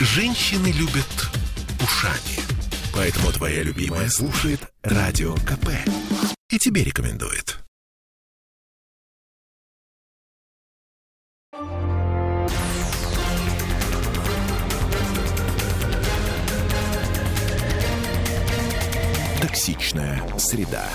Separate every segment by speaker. Speaker 1: Женщины любят ушами. Поэтому твоя любимая слушает Радио КП. И тебе рекомендует. Токсичная среда.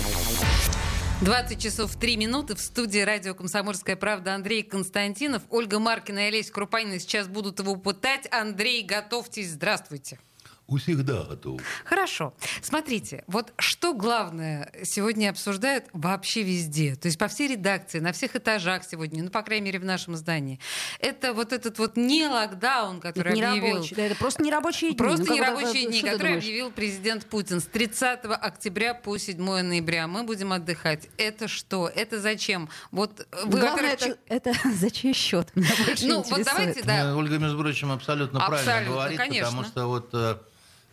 Speaker 2: 20 часов 3 минуты в студии радио «Комсомольская правда» Андрей Константинов. Ольга Маркина и Олеся Крупанина сейчас будут его пытать. Андрей, готовьтесь, здравствуйте.
Speaker 3: Усегда готов.
Speaker 2: Хорошо. Смотрите, вот что главное сегодня обсуждают вообще везде, то есть по всей редакции, на всех этажах сегодня, ну, по крайней мере, в нашем здании. Это вот этот вот не локдаун, который
Speaker 4: не
Speaker 2: объявил...
Speaker 4: рабочий, да, это просто нерабочие дни.
Speaker 2: Просто
Speaker 4: Ну, как бы,
Speaker 2: нерабочие
Speaker 4: что
Speaker 2: дни,
Speaker 4: ты
Speaker 2: которые
Speaker 4: думаешь?
Speaker 2: объявил президент Путин с 30 октября по 7 ноября. Мы будем отдыхать. Это что? Это зачем? Вот э, вы,
Speaker 4: Главное,
Speaker 2: во-первых,
Speaker 4: это, это за чей счет? Меня больше
Speaker 2: ну вот
Speaker 4: интересует.
Speaker 2: давайте, да.
Speaker 3: Э, Ольга, между прочим, абсолютно, правильно
Speaker 2: Абсолютно,
Speaker 3: говорит,
Speaker 2: конечно.
Speaker 3: потому что вот э,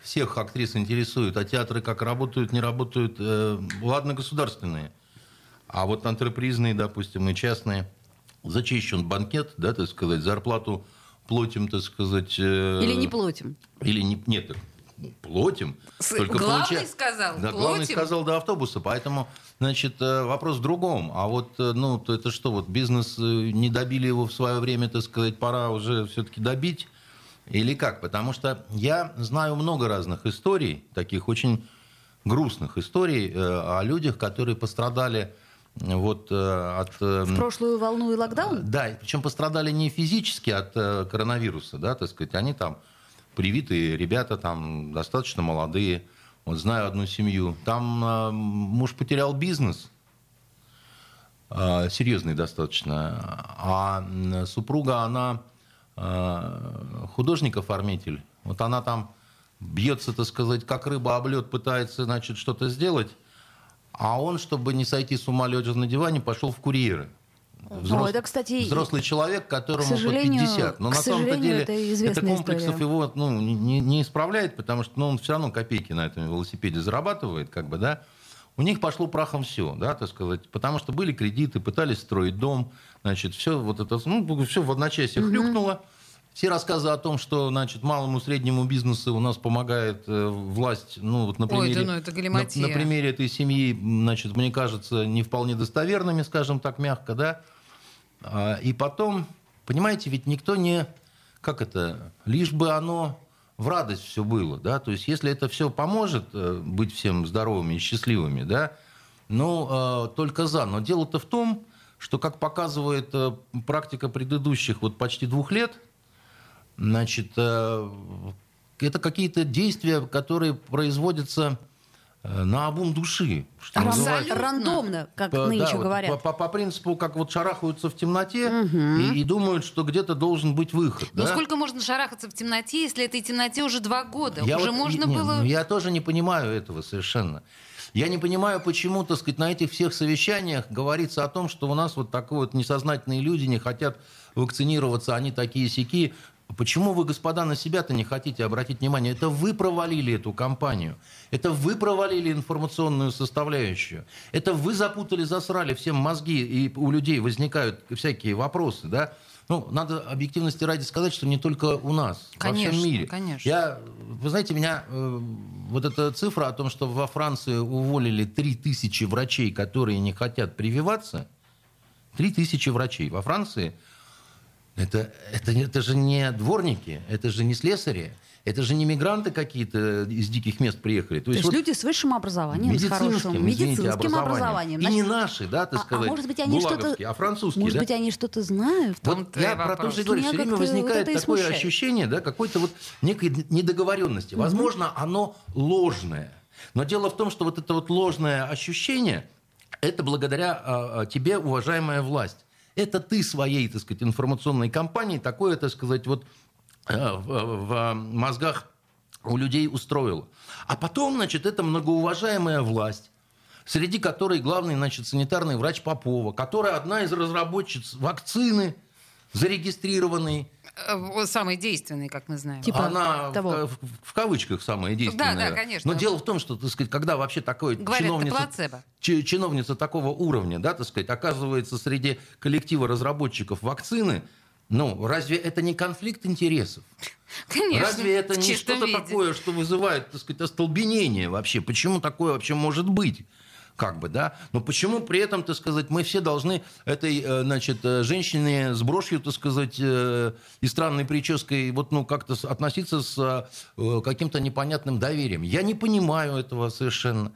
Speaker 3: всех актрис интересует, а театры как работают, не работают, э, ладно, государственные, а вот антрепризные, допустим, и частные, зачищен банкет, да, так сказать, зарплату платим, так сказать... э,
Speaker 4: Или не платим.
Speaker 3: Или не, нет, так, ну, платим.
Speaker 2: С- главный сказал,
Speaker 3: Да, главный
Speaker 2: платим.
Speaker 3: сказал до автобуса, поэтому, значит, э, вопрос в другом. А вот, э, ну, то это что, вот бизнес, э, не добили его в свое время, так сказать, пора уже все-таки добить? Или как? Потому что я знаю много разных историй, таких очень грустных историй э, о людях, которые пострадали э, вот э, от... э,
Speaker 4: В прошлую волну и локдаун?
Speaker 3: да, и причем пострадали не физически от э, коронавируса, да, так сказать, они там привитые ребята, там достаточно молодые. Вот знаю одну семью. Там э, муж потерял бизнес, э, серьезный достаточно, а м, супруга, она э, художник-оформитель. Вот она там бьется, так сказать, как рыба об лед, пытается, значит, что-то сделать. А он, чтобы не сойти с ума лежа на диване, пошел в курьеры.
Speaker 4: О, это, кстати, и-
Speaker 3: взрослый человек, которому по
Speaker 4: сожалению,
Speaker 3: 50. Но
Speaker 4: к
Speaker 3: на самом-то
Speaker 4: сожалению,
Speaker 3: деле
Speaker 4: это известная
Speaker 3: комплексов
Speaker 4: история.
Speaker 3: его ну, не- не, не исправляет, потому что ну, он все равно копейки на этом велосипеде зарабатывает, как бы, да. У них пошло прахом все, да, так сказать, потому что были кредиты, пытались строить дом, значит, все вот это, ну, все в одночасье хрюкнуло. Все рассказы о том, что, значит, малому и среднему бизнесу у нас помогает э, власть, ну, вот на
Speaker 2: Ой,
Speaker 3: примере,
Speaker 2: да ну, это
Speaker 3: на-
Speaker 2: галиматья.
Speaker 3: на, примере этой семьи, м, значит, мне кажется, не вполне достоверными, скажем так, мягко, да, а, И потом, понимаете, ведь никто не... Как это? Лишь бы оно в радость все было, да? То есть если это все поможет э, быть всем здоровыми и счастливыми, да? Ну, э, только за. Но дело-то в том, что, как показывает э, практика предыдущих вот почти двух лет, значит, э, это какие-то действия, которые производятся э, на обум души. что
Speaker 4: Ран-
Speaker 3: называется.
Speaker 4: Рандомно, как
Speaker 3: По-
Speaker 4: нынче
Speaker 3: да, вот
Speaker 4: говорят.
Speaker 3: по, по- по принципу, как вот шарахаются в темноте и, и думают, что где-то должен быть выход.
Speaker 2: Ну
Speaker 3: да?
Speaker 2: сколько можно шарахаться в темноте, если этой темноте уже два года?
Speaker 3: Я
Speaker 2: уже
Speaker 3: вот-
Speaker 2: можно
Speaker 3: не,
Speaker 2: было...
Speaker 3: ну, я тоже не понимаю этого совершенно. Я не понимаю, почему, так сказать, на этих всех совещаниях говорится о том, что у нас вот такие вот несознательные люди не хотят вакцинироваться, они такие сики. Почему вы, господа, на себя-то не хотите обратить внимание? Это вы провалили эту кампанию. Это вы провалили информационную составляющую. Это вы запутали, засрали всем мозги, и у людей возникают всякие вопросы, да? Ну, надо объективности ради сказать, что не только у нас, во
Speaker 2: Конечно,
Speaker 3: всем мире.
Speaker 2: конечно.
Speaker 3: Я я, вы знаете, меня э, вот эта цифра о том, что во Франции уволили 3000 врачей, которые не хотят прививаться, 3000 врачей во Франции, это, это, не- это же не дворники, это же не слесари, это же не мигранты какие-то из диких мест приехали.
Speaker 4: То есть
Speaker 3: вот
Speaker 4: люди с высшим образованием, с
Speaker 3: медицинским,
Speaker 4: хорошим
Speaker 3: извините,
Speaker 4: медицинским
Speaker 3: образованием.
Speaker 4: образованием.
Speaker 3: И не
Speaker 4: Значит,
Speaker 3: наши, да, так
Speaker 4: а-
Speaker 3: сказать,
Speaker 4: а, может быть, они что-то...
Speaker 3: гулаговские, а французские,
Speaker 4: Может
Speaker 3: да?
Speaker 4: быть, они что-то знают?
Speaker 3: Вот
Speaker 2: твой
Speaker 3: я про то,
Speaker 2: вопрос.
Speaker 3: что и говорю,
Speaker 4: Меня
Speaker 3: все время
Speaker 4: как-то вот
Speaker 3: возникает
Speaker 4: это и
Speaker 3: такое
Speaker 4: смущает.
Speaker 3: ощущение, да, какой-то вот некой недоговоренности. Возможно, оно ложное. Но дело в том, что вот это вот ложное ощущение, это благодаря а, а, тебе, уважаемая власть. Это ты своей, так сказать, информационной кампанией такое, так сказать, вот э, в, в мозгах у людей устроила. А потом, значит, это многоуважаемая власть, среди которой главный, значит, санитарный врач Попова, которая одна из разработчиц вакцины, зарегистрированной.
Speaker 2: Э, вот Самый действенный, как мы знаем.
Speaker 4: Типа
Speaker 3: Она в-
Speaker 4: того.
Speaker 3: В, в кавычках самая действенная.
Speaker 2: Да, да, конечно.
Speaker 3: Но дело в том, что, так сказать, когда вообще такой
Speaker 2: Говорят, это
Speaker 3: чиновница,
Speaker 2: плацебо.
Speaker 3: чи- чиновница такого уровня, да, так сказать, оказывается среди коллектива разработчиков вакцины, Ну, разве это не конфликт интересов?
Speaker 2: Конечно.
Speaker 3: Разве это
Speaker 2: в
Speaker 3: не
Speaker 2: чистом
Speaker 3: что-то
Speaker 2: виде.
Speaker 3: такое, что вызывает, так сказать, остолбенение вообще? Почему такое вообще может быть? Как бы, да? Но почему при этом, так сказать, мы все должны этой, э, значит, э, женщине с брошью, так сказать, э, и странной прической вот, ну, как-то с- относиться с э, каким-то непонятным доверием? Я не понимаю этого совершенно.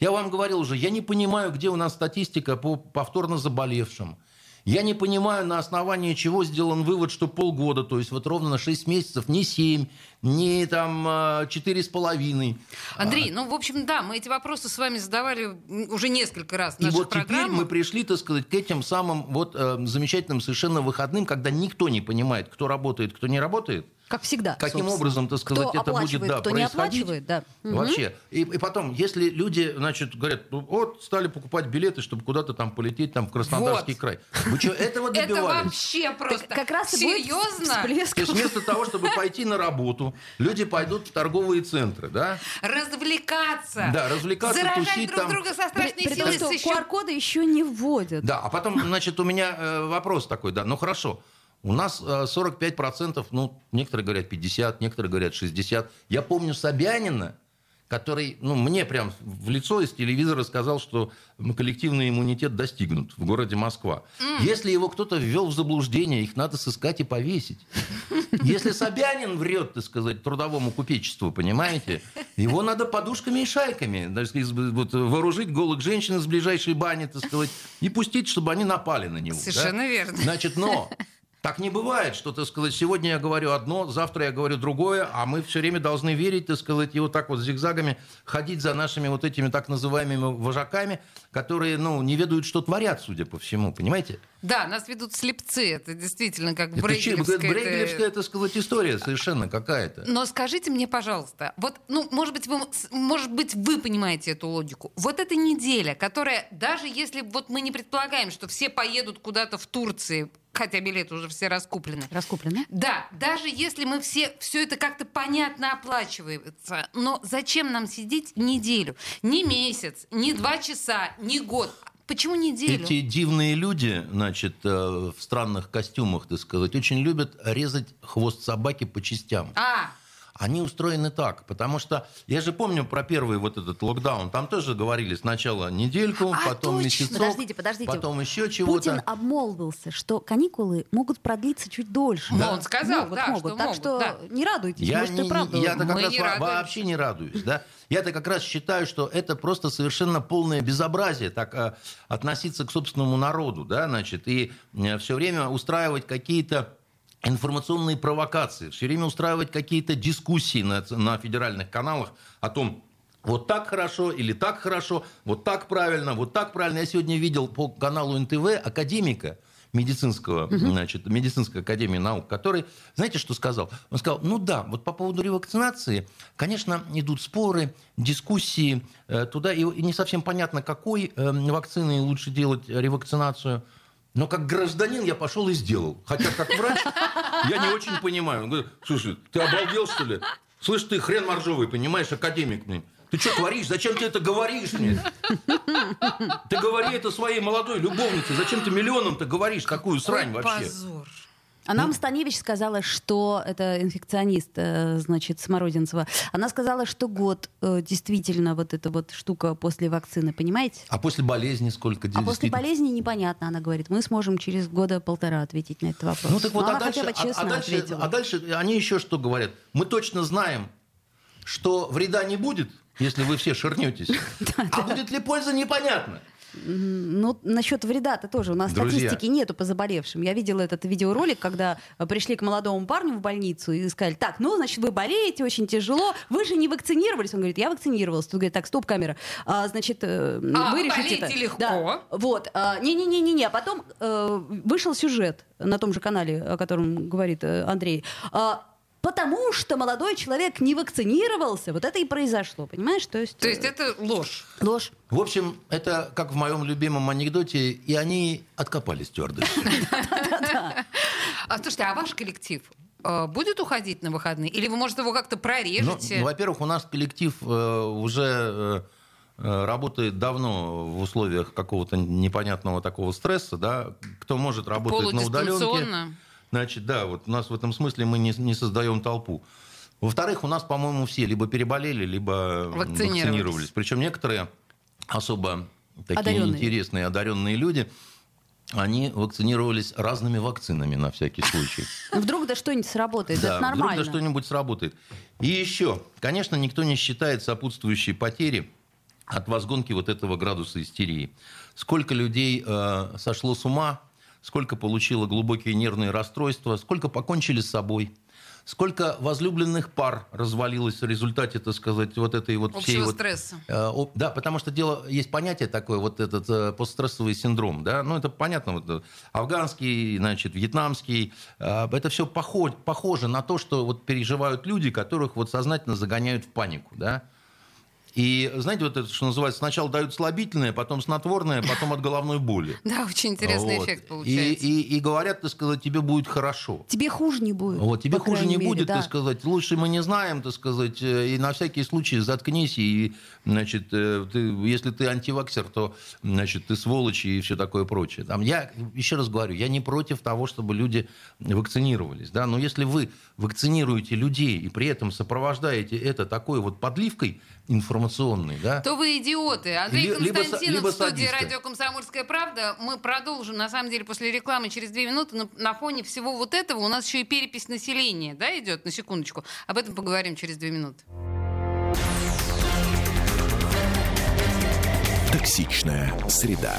Speaker 3: Я вам говорил уже, я не понимаю, где у нас статистика по повторно заболевшим. Я не понимаю, на основании чего сделан вывод, что полгода, то есть вот ровно на 6 месяцев, не 7, не там а, четыре с половиной.
Speaker 2: Андрей, ну, в общем, да, мы эти вопросы с вами задавали м, уже несколько раз в
Speaker 3: И
Speaker 2: наших
Speaker 3: вот теперь мы
Speaker 2: программах.
Speaker 3: пришли, так сказать, к этим самым вот э, замечательным совершенно выходным, когда никто не понимает, кто работает, кто не работает.
Speaker 4: Как всегда.
Speaker 3: Каким
Speaker 4: собственно.
Speaker 3: образом, так сказать,
Speaker 4: кто
Speaker 3: это будет
Speaker 4: оплачивает,
Speaker 3: да,
Speaker 4: кто не
Speaker 3: происходить?
Speaker 4: оплачивает, да. Мгм.
Speaker 3: Вообще. И, и потом, если люди, значит, говорят, «Ну, вот стали покупать билеты, чтобы куда-то там полететь, там в Краснодарский
Speaker 2: Вот.
Speaker 3: край. Вы что, этого
Speaker 2: Это
Speaker 3: добивались?
Speaker 2: вообще просто
Speaker 4: Как раз и будет
Speaker 2: серьезно.
Speaker 4: всплеск.
Speaker 3: То есть вместо того, чтобы пойти на работу, люди пойдут в торговые центры, да?
Speaker 2: развлекаться.
Speaker 3: Да, развлекаться,
Speaker 2: заражать
Speaker 3: тусить
Speaker 2: друг
Speaker 3: там.
Speaker 2: друга со
Speaker 4: При,
Speaker 2: страшной
Speaker 4: при
Speaker 2: силой.
Speaker 4: том, что
Speaker 2: с ещё-
Speaker 4: QR-коды еще не вводят.
Speaker 3: Да, а потом, значит, у меня э, вопрос такой, да, ну хорошо, у нас э, 45%, ну, некоторые говорят 50, некоторые говорят 60. Я помню Собянина, который, ну, мне прям в лицо из телевизора сказал, что м, коллективный иммунитет достигнут в городе Москва. Если его кто-то ввел в заблуждение, их надо сыскать и повесить. Если Собянин врет, так сказать, трудовому купечеству, понимаете, его надо подушками и шайками так сказать, вот, вооружить голых женщин из ближайшей бани, так сказать, и пустить, чтобы они напали на него. да?
Speaker 2: Совершенно верно.
Speaker 3: Значит, но так не бывает, что, так сказать, сегодня я говорю одно, завтра я говорю другое, а мы все время должны верить, так сказать, и вот так вот зигзагами ходить за нашими вот этими так называемыми вожаками, которые, ну, не ведают, что творят, судя по всему, понимаете?
Speaker 2: Да, нас ведут слепцы. Это действительно как
Speaker 3: Это чё,
Speaker 2: брейгелевская... это-
Speaker 3: Брейгелевская, так сказать, история совершенно какая-то.
Speaker 2: Но скажите мне, пожалуйста, вот, ну, может быть, вы, может быть, вы понимаете эту логику. Вот эта неделя, которая, даже если вот мы не предполагаем, что все поедут куда-то в Турции, хотя билеты уже все раскуплены,
Speaker 4: Раскуплены.
Speaker 2: да, даже если мы все все это как-то понятно оплачивается, но зачем нам сидеть неделю, не месяц, не два часа, не год? Почему неделю?
Speaker 3: Эти дивные люди, значит, э, в странных костюмах, так сказать, очень любят резать хвост собаки по частям.
Speaker 2: А,
Speaker 3: Они устроены так, потому что я же помню про первый вот этот локдаун, там тоже говорили сначала недельку,
Speaker 2: А,
Speaker 3: потом
Speaker 2: точно.
Speaker 3: месяцок,
Speaker 4: Подождите, подождите.
Speaker 3: потом еще чего-то.
Speaker 4: Путин обмолвился, что каникулы могут продлиться чуть дольше.
Speaker 2: Ну, он сказал,
Speaker 4: Могут,
Speaker 2: да,
Speaker 4: могут.
Speaker 2: что
Speaker 4: Так
Speaker 2: могут,
Speaker 4: что
Speaker 2: да.
Speaker 4: не радуйтесь,
Speaker 3: Я,
Speaker 4: может,
Speaker 3: не-
Speaker 4: и правда.
Speaker 3: я-то как
Speaker 2: Мы
Speaker 3: раз
Speaker 2: не
Speaker 3: во-
Speaker 2: радуемся.
Speaker 3: вообще не радуюсь, да. Я-то как раз считаю, что это просто совершенно полное безобразие так э, относиться к собственному народу, да, значит, и все время устраивать какие-то информационные провокации, все время устраивать какие-то дискуссии на, ц- на федеральных каналах о том, вот так хорошо или так хорошо, вот так правильно, вот так правильно. Я сегодня видел по каналу НТВ академика медицинского, значит, медицинской академии наук, который, знаете, что сказал? Он сказал, ну да, вот по поводу ревакцинации, конечно, идут споры, дискуссии э, туда, и, и не совсем понятно, какой э, вакциной лучше делать ревакцинацию. Но как гражданин я пошел и сделал. Хотя как врач я не очень понимаю. Он говорит, слушай, ты обалдел, что ли? Слышь, ты хрен моржовый, понимаешь, академик, блин. Ты что творишь? Зачем ты это говоришь мне? Ты говори это своей молодой любовнице. Зачем ты миллионам-то говоришь такую срань
Speaker 2: какой
Speaker 3: вообще?
Speaker 2: позор.
Speaker 4: А
Speaker 3: Ну.
Speaker 4: нам Станевич сказала, что это инфекционист, э, значит, Смородинцева. Она сказала, что год э, действительно вот эта вот штука после вакцины, понимаете?
Speaker 3: А после болезни сколько?
Speaker 4: А после
Speaker 3: действительно?
Speaker 4: болезни непонятно, она говорит. Мы сможем через года полтора ответить на этот вопрос.
Speaker 3: Ну так вот,
Speaker 4: Но
Speaker 3: а
Speaker 4: она
Speaker 3: дальше,
Speaker 4: хотя бы
Speaker 3: а- а
Speaker 4: честно
Speaker 3: дальше-
Speaker 4: ответила.
Speaker 3: а дальше они еще что говорят? Мы точно знаем, что вреда не будет, если вы все ширнетесь. А будет ли польза, непонятно.
Speaker 4: Ну, насчет вреда-то тоже. У нас
Speaker 3: Друзья.
Speaker 4: статистики нету по заболевшим. Я видела этот видеоролик, когда э, пришли к молодому парню в больницу и сказали, так, ну, значит, вы болеете, очень тяжело, вы же не вакцинировались. Он говорит, я вакцинировался. Тут говорит, так, стоп, камера. А, значит, э,
Speaker 2: А,
Speaker 4: вы
Speaker 2: вы
Speaker 4: решите
Speaker 2: болеете
Speaker 4: это.
Speaker 2: легко.
Speaker 4: Да. Вот. а, Не-не-не-не-не. А потом э, вышел сюжет на том же канале, о котором говорит э, Андрей. А, Потому что молодой человек не вакцинировался. Вот это и произошло, понимаешь? То есть,
Speaker 2: То есть
Speaker 4: э,
Speaker 2: это ложь.
Speaker 4: ложь.
Speaker 3: В общем, это как в моем любимом анекдоте, и они откопали стюардессу.
Speaker 2: А слушайте, а ваш коллектив э, будет уходить на выходные? Или вы, может, его как-то
Speaker 3: Ну,
Speaker 2: прорежете?
Speaker 3: во-первых, у нас коллектив э, уже э, э, работает давно в условиях какого-то непонятного такого стресса, да. Кто может работать на удаленке.
Speaker 2: Полудистанционно.
Speaker 3: Значит, да, вот у нас в этом смысле мы не, не создаем толпу. Во-вторых, у нас, по-моему, все либо переболели, либо
Speaker 2: Вакцинировались.
Speaker 3: вакцинировались. Причем некоторые особо такие
Speaker 4: Одаренные.
Speaker 3: интересные, одаренные люди, они вакцинировались разными вакцинами на всякий случай.
Speaker 4: Ну, Вдруг да что-нибудь сработает, это
Speaker 3: Да,
Speaker 4: нормально.
Speaker 3: Вдруг да что-нибудь сработает. И еще, конечно, никто не считает сопутствующие потери от возгонки вот этого градуса истерии. Сколько людей э, сошло с ума, сколько получило глубокие нервные расстройства, сколько покончили с собой. Сколько возлюбленных пар развалилось в результате, так сказать, вот этой вот всей
Speaker 2: Общего
Speaker 3: вот,
Speaker 2: стресса.
Speaker 3: Э, о- Да, потому что дело есть понятие такое, вот этот э, постстрессовый синдром, да, ну это понятно, вот э, афганский, значит, вьетнамский, э, это все похоже, похоже на то, что вот переживают люди, которых вот сознательно загоняют в панику, да. И знаете, вот это, что называется, сначала дают слабительное, потом снотворное, потом от головной боли.
Speaker 2: Да, очень интересный
Speaker 3: Вот.
Speaker 2: эффект
Speaker 3: И-
Speaker 2: получается.
Speaker 3: И, и говорят, так сказать, тебе будет хорошо.
Speaker 4: Тебе хуже не будет.
Speaker 3: Вот, тебе
Speaker 4: по
Speaker 3: хуже
Speaker 4: крайней
Speaker 3: не
Speaker 4: мере,
Speaker 3: будет,
Speaker 4: да.
Speaker 3: так сказать. Лучше мы не знаем, так сказать, э, и на всякий случай заткнись, и, значит, э, ты, если ты антиваксер, то, значит, ты сволочь и все такое прочее. Там я, еще раз говорю, я не против того, чтобы люди вакцинировались, да, но если вы вакцинируете людей и при этом сопровождаете это такой вот подливкой информационной, да,
Speaker 2: То вы идиоты. Андрей
Speaker 3: Ли- либо са-
Speaker 2: Константинов
Speaker 3: либо
Speaker 2: в студии
Speaker 3: садисты.
Speaker 2: радио «Комсомольская правда». Мы продолжим, на самом деле, после рекламы через две минуты. На, на фоне всего вот этого у нас еще и перепись населения, да, идет, на секундочку. Об этом поговорим через две минуты.
Speaker 1: Токсичная среда.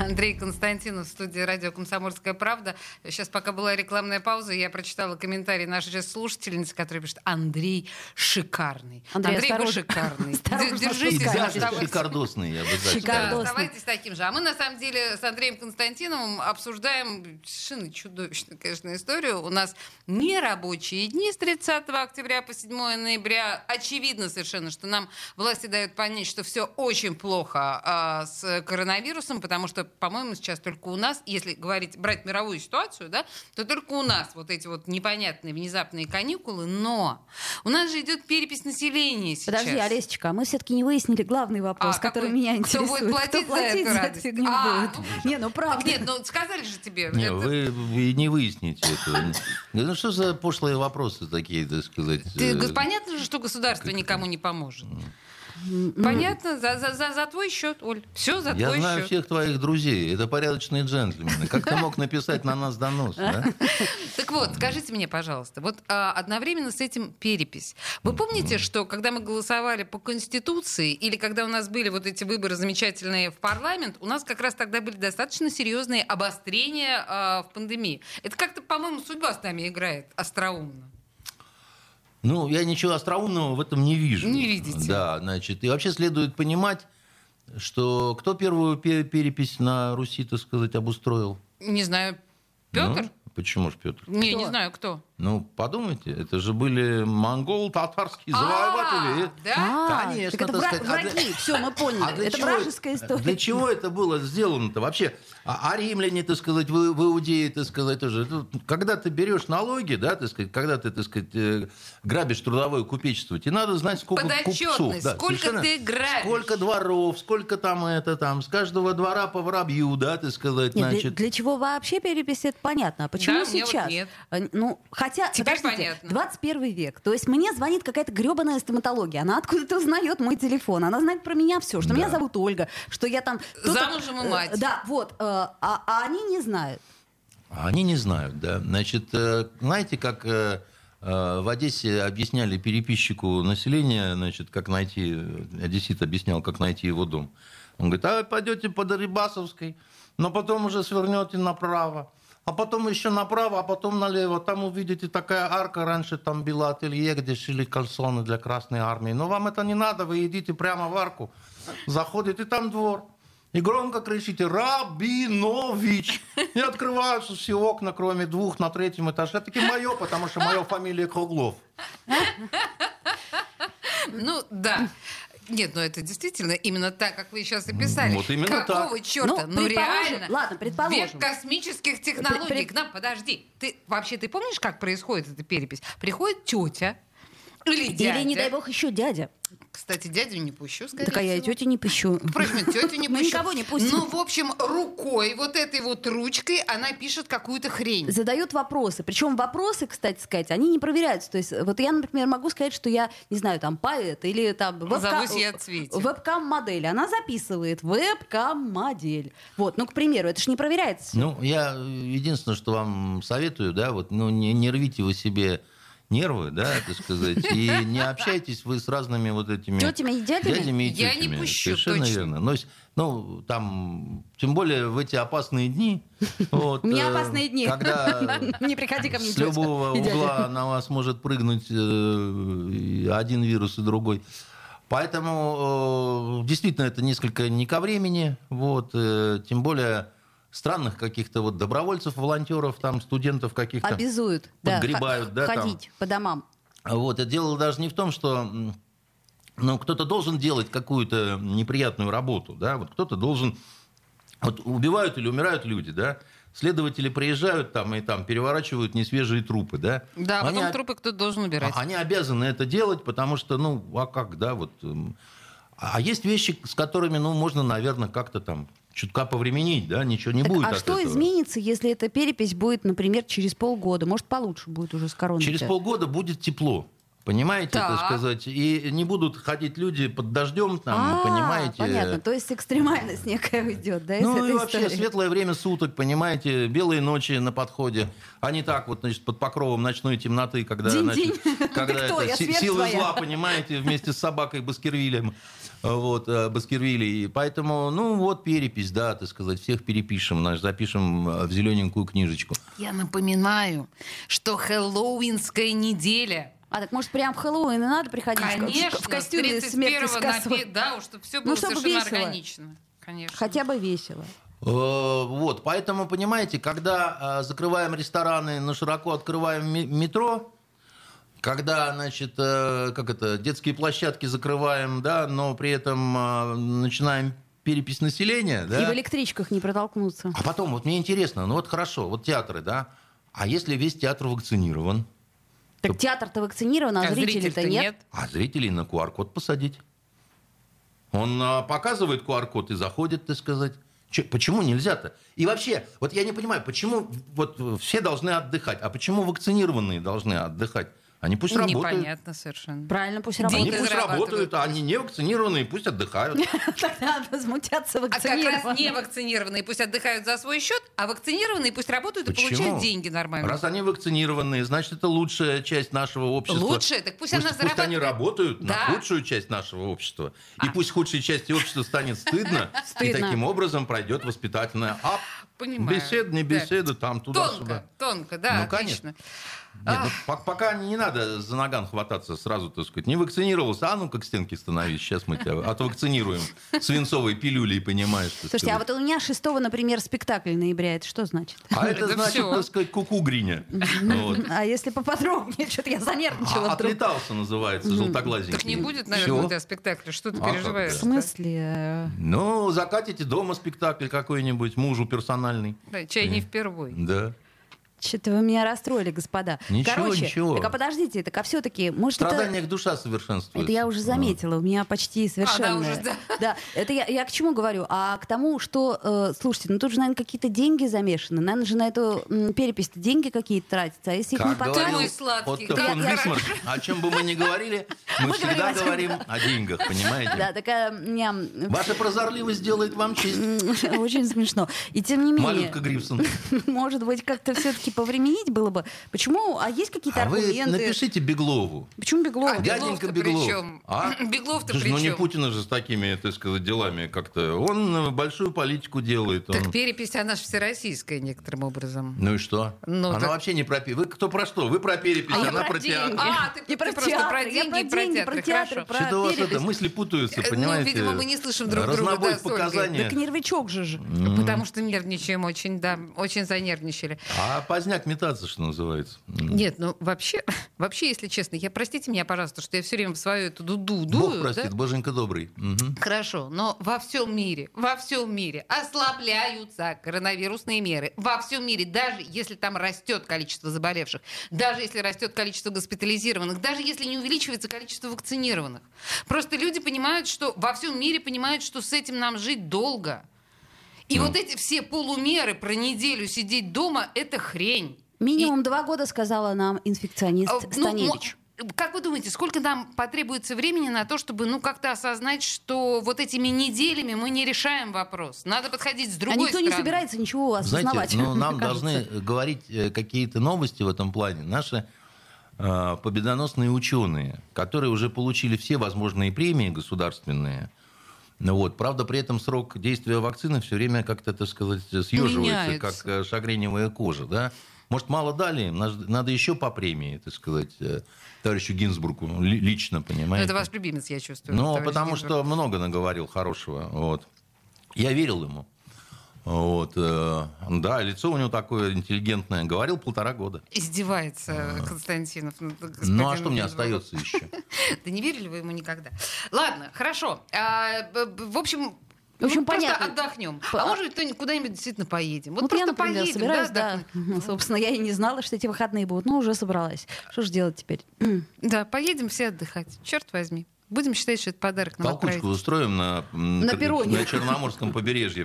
Speaker 2: Андрей Константинов в студии радио «Комсомольская правда». Сейчас, пока была рекламная пауза, я прочитала комментарий нашей же слушательницы, которая пишет «Андрей шикарный».
Speaker 4: Андрей,
Speaker 2: вы
Speaker 4: осторожно.
Speaker 2: шикарный.
Speaker 4: Осторожно,
Speaker 2: Дер- Держитесь,
Speaker 4: Шикарно.
Speaker 3: даже
Speaker 2: оставайтесь.
Speaker 3: шикардосные, я бы так сказал.
Speaker 2: Да,
Speaker 4: Шикардос. Шикардосный.
Speaker 2: оставайтесь таким же. А мы, на самом деле, с Андреем Константиновым обсуждаем совершенно чудовищную, конечно, историю. У нас нерабочие дни с 30 октября по 7 ноября. Очевидно совершенно, что нам власти дают понять, что все очень плохо а, с коронавирусом, потому что, по-моему, сейчас только у нас, если говорить, брать мировую ситуацию, да, то только у нас вот эти вот непонятные внезапные каникулы. Но у нас же идет перепись населения сейчас.
Speaker 4: Подожди, Олесечка, а мы все-таки не выяснили главный вопрос,
Speaker 2: А,
Speaker 4: который
Speaker 2: какой?
Speaker 4: меня
Speaker 2: Кто
Speaker 4: интересует.
Speaker 2: будет платить за эту радость?
Speaker 4: фигню
Speaker 2: А,
Speaker 4: будет?
Speaker 2: ну,
Speaker 4: не, ну
Speaker 2: Так
Speaker 4: правда.
Speaker 2: нет, ну сказали же тебе.
Speaker 3: Не,
Speaker 2: это-
Speaker 3: вы, вы не выясните этого. Ну что за пошлые вопросы такие, так сказать?
Speaker 2: Ты,
Speaker 3: э, Ну.
Speaker 2: гос- понятно же, что государство никому не поможет. Понятно? За, за, за, за твой счет, Оль. Все за
Speaker 3: Я
Speaker 2: твой
Speaker 3: знаю
Speaker 2: счет.
Speaker 3: всех твоих друзей. Это порядочные джентльмены. Как ты мог написать на нас донос? а? да?
Speaker 2: Так вот, скажите мне, пожалуйста, вот а, одновременно с этим перепись. Вы помните, что когда мы голосовали по Конституции или когда у нас были вот эти выборы замечательные в парламент, у нас как раз тогда были достаточно серьезные обострения а, в пандемии. Это как-то, по-моему, судьба с нами играет остроумно.
Speaker 3: Ну, я ничего остроумного в этом не вижу.
Speaker 2: Не видите.
Speaker 3: Да, значит. И вообще следует понимать, что кто первую пе- перепись на Руси, так сказать, обустроил?
Speaker 2: Не знаю, Петр?
Speaker 3: Ну, почему же Петр?
Speaker 2: Не, не
Speaker 4: Кто?
Speaker 2: знаю, кто.
Speaker 3: Ну, подумайте, это же были монгол-татарские завоеватели.
Speaker 2: А, Да?
Speaker 4: А,
Speaker 3: Конечно,
Speaker 4: так это
Speaker 3: так
Speaker 4: вра-
Speaker 3: сказать, а для-
Speaker 4: враги, все, мы поняли.
Speaker 3: А для
Speaker 4: это
Speaker 3: чего
Speaker 4: вражеская
Speaker 3: это-
Speaker 4: история.
Speaker 3: Для чего это было сделано-то вообще? А, а римляне, так сказать, вы, в Иудее, так сказать, тоже. Ну, Когда ты берешь налоги, да, так сказать, когда ты, так сказать, э, грабишь трудовое купечество, тебе надо знать, сколько
Speaker 2: Подотчетность,
Speaker 3: купцов. да,
Speaker 2: сколько
Speaker 3: совершенно.
Speaker 2: ты грабишь.
Speaker 3: Сколько дворов, сколько там это там. С каждого двора по воробью, да, так сказать,
Speaker 4: Нет, для,
Speaker 3: значит.
Speaker 4: для чего вообще перепись, это понятно. А почему
Speaker 2: Да, мне вот
Speaker 4: сейчас?
Speaker 2: нет.
Speaker 4: Э, Ну, хотя,
Speaker 2: Теперь
Speaker 4: подождите,
Speaker 2: понятно.
Speaker 4: 21 век. То есть мне звонит какая-то гребаная стоматология. Она откуда-то узнает мой телефон. Она знает про меня все, что меня зовут Ольга, что я там... кто-то-
Speaker 2: Замужем и
Speaker 4: э,
Speaker 2: мать.
Speaker 4: Да, вот. э, А, а они не знают.
Speaker 3: А Они не знают, да. Значит, э, знаете, как э, э, в Одессе объясняли переписчику населения, значит, как найти, э, одессит объяснял, как найти его дом. Он говорит, а вы пойдете по Дорибасовской, но потом уже свернете направо, а потом еще направо, а потом налево. Там увидите такая арка, раньше там была ателье, где шили кальсоны для Красной Армии. Но вам это не надо, вы идите прямо в арку, заходите, там двор. И громко кричите «Рабинович!» И открываются все окна, кроме двух на третьем этаже. Это таки мое, потому что моя фамилия Круглов.
Speaker 2: Ну да. Нет, ну это действительно именно так, как вы сейчас описали.
Speaker 3: Вот именно так.
Speaker 2: Какого черта?
Speaker 4: Ну,
Speaker 2: Ну,
Speaker 4: предположим,
Speaker 2: реально.
Speaker 4: ладно, предположим.
Speaker 2: Век космических технологий.
Speaker 4: Пред- пред-
Speaker 2: К нам, подожди. Ты вообще ты помнишь, как происходит эта перепись? Приходит тетя или дядя.
Speaker 4: Или, не дай бог, еще дядя.
Speaker 2: Кстати, дядю не пущу, скорее
Speaker 4: Так а я и
Speaker 2: всего.
Speaker 4: тетю не пущу.
Speaker 2: Впрочем, тетю не
Speaker 4: Мы
Speaker 2: пущу.
Speaker 4: никого не пустим.
Speaker 2: Ну, в общем, рукой, вот этой вот ручкой, она пишет какую-то хрень.
Speaker 4: задают вопросы. Причем вопросы, кстати сказать, они не проверяются. То есть, э, вот я, например, могу сказать, что я, не знаю, там, поэт или там... вебка-
Speaker 2: Зовусь я Цветик.
Speaker 4: Вебкам-модель. Она записывает вебкам-модель. Вот, ну, к примеру, это же не проверяется.
Speaker 3: Ну, я э, единственное, что вам советую, да, вот, ну, не, не рвите вы себе нервы, да, так сказать, и не общайтесь вы с разными вот этими...
Speaker 4: Тетями и дядями?
Speaker 3: и
Speaker 2: Я не
Speaker 3: тетями,
Speaker 2: пущу,
Speaker 3: Совершенно
Speaker 2: точно.
Speaker 3: верно. Ну, с- Ну, там, тем более в эти опасные дни... вот,
Speaker 4: У меня
Speaker 3: э,
Speaker 4: опасные дни.
Speaker 3: Когда
Speaker 4: Не приходи ко мне,
Speaker 3: с
Speaker 4: тетя
Speaker 3: любого
Speaker 4: и дядя.
Speaker 3: угла на вас может прыгнуть э, и один вирус и другой. Поэтому э, действительно это несколько не ко времени, вот, э, тем более странных каких-то вот добровольцев, волонтеров, там студентов каких-то.
Speaker 4: Обязуют.
Speaker 3: Подгребают, да, там.
Speaker 4: Ходить по домам.
Speaker 3: Вот, и дело даже не в том, что м, ну, кто-то должен делать какую-то неприятную работу, да, вот кто-то должен... Вот убивают или умирают люди, да, следователи приезжают там и там переворачивают несвежие трупы, да.
Speaker 2: Да,
Speaker 4: а
Speaker 3: Они
Speaker 2: потом
Speaker 3: от-
Speaker 2: трупы кто-то должен убирать.
Speaker 3: а- Они обязаны это делать, потому что, ну, а как, да, вот. эм, А есть вещи, с которыми, ну, можно, наверное, как-то там чутка повременить, да, ничего не
Speaker 4: Так,
Speaker 3: будет.
Speaker 4: а
Speaker 3: от
Speaker 4: что
Speaker 3: этого.
Speaker 4: изменится, если эта перепись будет, например, через полгода? Может, получше будет уже с короной?
Speaker 3: Через полгода будет тепло. Понимаете,
Speaker 2: Так.
Speaker 3: так сказать? И не будут ходить люди под дождем, там,
Speaker 4: А,
Speaker 3: понимаете?
Speaker 4: Понятно, то есть экстремальность некая уйдет, да, из
Speaker 3: Ну и
Speaker 4: этой
Speaker 3: вообще
Speaker 4: истории?
Speaker 3: светлое время суток, понимаете, белые ночи на подходе, а не так вот, значит, под покровом ночной темноты, когда,
Speaker 4: Динь-динь.
Speaker 3: значит, когда
Speaker 4: Ты кто?
Speaker 3: это
Speaker 4: Я
Speaker 3: си-
Speaker 4: смерть
Speaker 3: силы
Speaker 4: твоя.
Speaker 3: зла, понимаете, вместе с собакой Баскервилем, э, вот, э, Баскервилли. И поэтому, ну вот перепись, да, так сказать, всех перепишем, наш, запишем э, в зелененькую книжечку.
Speaker 2: Я напоминаю, что Хэллоуинская неделя.
Speaker 4: А так может прям в Хэллоуин и надо приходить в ко-
Speaker 2: Конечно,
Speaker 4: в, костюме
Speaker 2: с
Speaker 4: смерти
Speaker 2: 31
Speaker 4: с
Speaker 2: на
Speaker 4: косой? Ну,
Speaker 2: пе- да, уж чтобы все было
Speaker 4: чтобы
Speaker 2: совершенно
Speaker 4: весело.
Speaker 2: органично. Конечно.
Speaker 4: Хотя бы весело.
Speaker 3: Э, Вот, поэтому, понимаете, когда э, закрываем рестораны, но широко открываем ми- метро, когда, значит, э, как это, детские площадки закрываем, да, но при этом э, начинаем перепись населения,
Speaker 4: И в
Speaker 3: да.
Speaker 4: электричках не протолкнуться.
Speaker 3: А потом, вот мне интересно, ну вот хорошо, вот театры, да, а если весь театр вакцинирован,
Speaker 4: Так театр-то вакцинирован, а,
Speaker 2: А
Speaker 4: зрителей-то
Speaker 2: зрителей-то
Speaker 4: нет.
Speaker 3: а зрителей на QR-код посадить? Он а, показывает QR-код и заходит, так сказать. Чё- почему нельзя-то? И вообще, вот я не понимаю, почему вот э, все должны отдыхать, а почему вакцинированные должны отдыхать? Они пусть работают.
Speaker 2: Непонятно совершенно.
Speaker 4: Правильно, пусть
Speaker 3: Они
Speaker 2: Деньги
Speaker 4: работает.
Speaker 3: пусть
Speaker 2: зарабатывают.
Speaker 3: работают, а они не вакцинированные, пусть отдыхают.
Speaker 4: Тогда возмутятся
Speaker 2: А как раз не
Speaker 4: вакцинированные.
Speaker 2: вакцинированные пусть отдыхают за свой счет, а вакцинированные пусть работают и получают деньги нормально.
Speaker 3: Раз они вакцинированные, значит, это лучшая часть нашего общества.
Speaker 2: Лучшая? Так пусть она
Speaker 3: пусть они
Speaker 2: зарабатывает.
Speaker 3: работают
Speaker 2: Да. А.
Speaker 3: на худшую часть нашего общества. И пусть худшей части общества станет стыдно, и
Speaker 4: Стыдно.
Speaker 3: таким образом пройдет воспитательная ап.
Speaker 2: Понимаю.
Speaker 3: Бесед, не
Speaker 2: Да.
Speaker 3: беседа, там туда-сюда.
Speaker 2: Тонко, тонко, да,
Speaker 3: Ну,
Speaker 2: отлично.
Speaker 3: конечно. Нет, ну, пок- пока не надо за ноган хвататься сразу, так сказать. Не вакцинировался, а ну как стенки становись, сейчас мы тебя отвакцинируем свинцовой пилюлей, понимаешь. так
Speaker 4: Слушайте, а
Speaker 3: сказать.
Speaker 4: вот у меня 6, например, спектакль ноября. Это что значит?
Speaker 3: А это,
Speaker 2: Это
Speaker 3: значит,
Speaker 2: всё.
Speaker 3: так сказать, кукугриня. Вот.
Speaker 4: А если поподробнее, что-то я занервничала
Speaker 3: А,
Speaker 4: вдруг.
Speaker 3: отлетался называется, желтоглазенький.
Speaker 2: Так не будет, наверное,
Speaker 3: Всё.
Speaker 2: у тебя спектакля. Что ты
Speaker 3: А как
Speaker 4: В
Speaker 2: переживаешь?
Speaker 3: же.
Speaker 4: смысле? э,
Speaker 3: Ну, закатите дома спектакль какой-нибудь, мужу персональный.
Speaker 2: Да, чай не впервой.
Speaker 3: Да.
Speaker 4: Что-то вы меня расстроили, господа.
Speaker 3: Ничего,
Speaker 4: Короче,
Speaker 3: ничего.
Speaker 4: так а подождите, так а все-таки, может, это...
Speaker 3: Страданиях душа совершенствуется.
Speaker 4: Это я уже заметила, у меня почти совершенно.
Speaker 2: уже, А, да.
Speaker 4: это я, я к чему говорю? А к тому, что, э, слушайте, ну тут же, наверное, какие-то деньги замешаны. Наверное же на эту м, перепись деньги какие-то тратятся. А если их
Speaker 3: Как
Speaker 4: не потратить...
Speaker 2: Ты
Speaker 3: говорил
Speaker 2: мой сладкий,
Speaker 3: Отто
Speaker 2: как
Speaker 3: фон
Speaker 2: хорошо.
Speaker 3: Бисмарк, о чем бы мы ни говорили, мы
Speaker 4: Мы
Speaker 3: всегда
Speaker 4: говорим
Speaker 3: говорим о деньгах,
Speaker 4: Да,
Speaker 3: понимаете?
Speaker 4: такая... ням,
Speaker 3: Ваша прозорливость делает вам
Speaker 4: М-м.
Speaker 3: честь,
Speaker 4: Очень смешно. И тем не менее,
Speaker 3: малютка Грифсон.
Speaker 4: может быть, как-то все-таки повременить было бы. Почему? А есть какие-то
Speaker 3: А вы
Speaker 4: аргументы?
Speaker 3: напишите Беглову.
Speaker 4: Почему Беглова?
Speaker 2: А, Беглов-то
Speaker 3: Дяденька Беглов.
Speaker 2: причём?
Speaker 3: А?
Speaker 2: Беглов-то
Speaker 3: Слушай, Ну не
Speaker 2: причём?
Speaker 3: Путина же с такими, так сказать, делами как-то. Он э, большую политику делает. он-
Speaker 2: Так перепись, она же всероссийская некоторым образом.
Speaker 3: Ну и что?
Speaker 2: Ну,
Speaker 3: Она
Speaker 2: так-
Speaker 3: вообще не про пе- Вы кто про что? Вы про перепись,
Speaker 4: А я
Speaker 3: она
Speaker 4: про
Speaker 3: про
Speaker 4: деньги.
Speaker 3: театр.
Speaker 2: А, ты,
Speaker 4: И про
Speaker 2: ты просто
Speaker 4: театр,
Speaker 2: про
Speaker 4: я
Speaker 2: деньги, и
Speaker 4: про
Speaker 2: про
Speaker 4: деньги,
Speaker 2: театр.
Speaker 4: про театр,
Speaker 2: Хорошо.
Speaker 4: про-
Speaker 3: Что-то у вас
Speaker 4: перепись.
Speaker 3: это мысли путаются,
Speaker 2: А, Э, ну,
Speaker 3: понимаете?
Speaker 2: видимо, мы не слышим друг друга,
Speaker 3: Разнобой
Speaker 2: да,
Speaker 3: в
Speaker 2: с Ольгой.
Speaker 3: показаниях. Ну.
Speaker 4: Так нервичок же же.
Speaker 2: Потому что нервничаем очень, да, очень занервничали.
Speaker 3: А поздняк метаться, что называется.
Speaker 2: Нет, ну вообще, вообще, если честно, я простите меня, пожалуйста, что я все время в свою эту дуду
Speaker 3: Бог
Speaker 2: дую.
Speaker 3: простит,
Speaker 2: да?
Speaker 3: боженька добрый. Мгм.
Speaker 2: Хорошо, но во всем мире, во всем мире ослабляются коронавирусные меры. Во всем мире, даже если там растет количество заболевших, даже если растет количество госпитализированных, даже если не увеличивается количество вакцинированных. Просто люди понимают, что во всем мире понимают, что с этим нам жить долго. И
Speaker 3: Ну.
Speaker 2: вот эти все полумеры про неделю сидеть дома – это хрень.
Speaker 4: Минимум два года сказала нам инфекционист
Speaker 2: А, ну,
Speaker 4: Станевич.
Speaker 2: мо- Как вы думаете, сколько нам потребуется времени на то, чтобы ну как-то осознать, что вот этими неделями мы не решаем вопрос? Надо подходить с
Speaker 4: а
Speaker 2: другой
Speaker 4: никто
Speaker 2: стороны.
Speaker 4: не собирается ничего осознавать.
Speaker 3: Знаете, ну,
Speaker 4: мне
Speaker 3: нам
Speaker 4: кажется.
Speaker 3: должны говорить э, какие-то новости в этом плане. Наши э, победоносные ученые, которые уже получили все возможные премии государственные. Ну Вот. Правда, при этом срок действия вакцины все время как-то, так сказать, съеживается,
Speaker 2: Меняется.
Speaker 3: как э, шагреневая кожа. Да? Может, мало дали, им, наж- надо еще по премии, так сказать, э, товарищу Гинзбургу ли- лично,
Speaker 2: Ну,
Speaker 3: понимаете?
Speaker 2: Это ваш любимец, я чувствую.
Speaker 3: Ну,
Speaker 2: товарищ
Speaker 3: потому
Speaker 2: Гинзбург.
Speaker 3: что много наговорил хорошего. Вот. Я верил ему. Вот. э, Да, лицо у него такое интеллигентное. Говорил полтора года.
Speaker 2: Издевается Константинов. Ну,
Speaker 3: А. Ну,
Speaker 2: господин
Speaker 3: а что мне
Speaker 2: Гинзбург.
Speaker 3: остается еще?
Speaker 2: Да не верили вы ему никогда. Ладно, хорошо. А, б- б- в общем...
Speaker 4: В общем,
Speaker 2: ну, просто
Speaker 4: понятно.
Speaker 2: отдохнем.
Speaker 4: По-
Speaker 2: А может быть, кто-нибудь куда-нибудь действительно поедем. Вот
Speaker 4: Вот я,
Speaker 2: просто
Speaker 4: например,
Speaker 2: поедем, да,
Speaker 4: собираюсь, да,
Speaker 2: отдохнуть.
Speaker 4: Собственно, я и не знала, что эти выходные будут, но уже собралась. Что же делать теперь?
Speaker 2: Да, поедем все отдыхать. Черт возьми. Будем считать, что это подарок нам
Speaker 3: Толкучку
Speaker 2: отправить.
Speaker 3: устроим на, м,
Speaker 4: На
Speaker 3: как-
Speaker 4: перроне. Ну,
Speaker 3: на Черноморском побережье,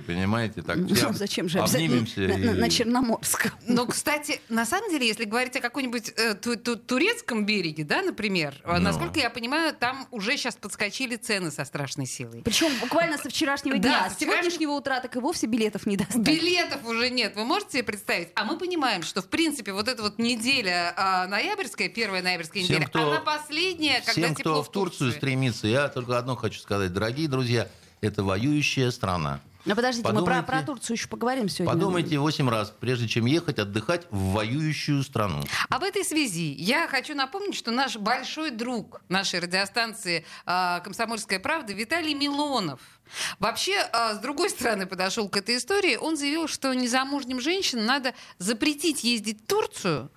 Speaker 3: понимаете? Так все
Speaker 4: Зачем же обязательно
Speaker 3: обнимемся.
Speaker 4: на, на-
Speaker 3: и-
Speaker 4: на Черноморском?
Speaker 2: Но, кстати, на самом деле, если говорить о каком-нибудь э, ту- ту- турецком береге, да, например, э,
Speaker 3: Ну.
Speaker 2: насколько я понимаю, там уже сейчас подскочили цены со страшной силой.
Speaker 4: Причем буквально со вчерашнего
Speaker 2: Да,
Speaker 4: дня.
Speaker 2: со
Speaker 4: с
Speaker 2: вчерашнего-
Speaker 4: сегодняшнего утра так и вовсе билетов не достать.
Speaker 2: Билетов уже нет, вы можете себе представить? А мы понимаем, что, в принципе, вот эта вот неделя а, ноябрьская, первая ноябрьская
Speaker 3: Всем,
Speaker 2: неделя,
Speaker 3: кто-
Speaker 2: она последняя, когда
Speaker 3: Всем,
Speaker 2: тепло
Speaker 3: кто в Турцию стремится, я только одно хочу сказать. Дорогие друзья, это воюющая страна.
Speaker 4: Но подождите, мы
Speaker 3: Подумайте.
Speaker 4: про, про Турцию еще поговорим сегодня.
Speaker 3: Подумайте восемь раз, прежде чем ехать отдыхать в воюющую страну.
Speaker 2: А в этой связи я хочу напомнить, что наш большой друг нашей радиостанции а, «Комсомольская правда» Виталий Милонов. Вообще, а, с другой стороны, подошел к этой истории. Он заявил, что незамужним женщинам надо запретить ездить в Турцию,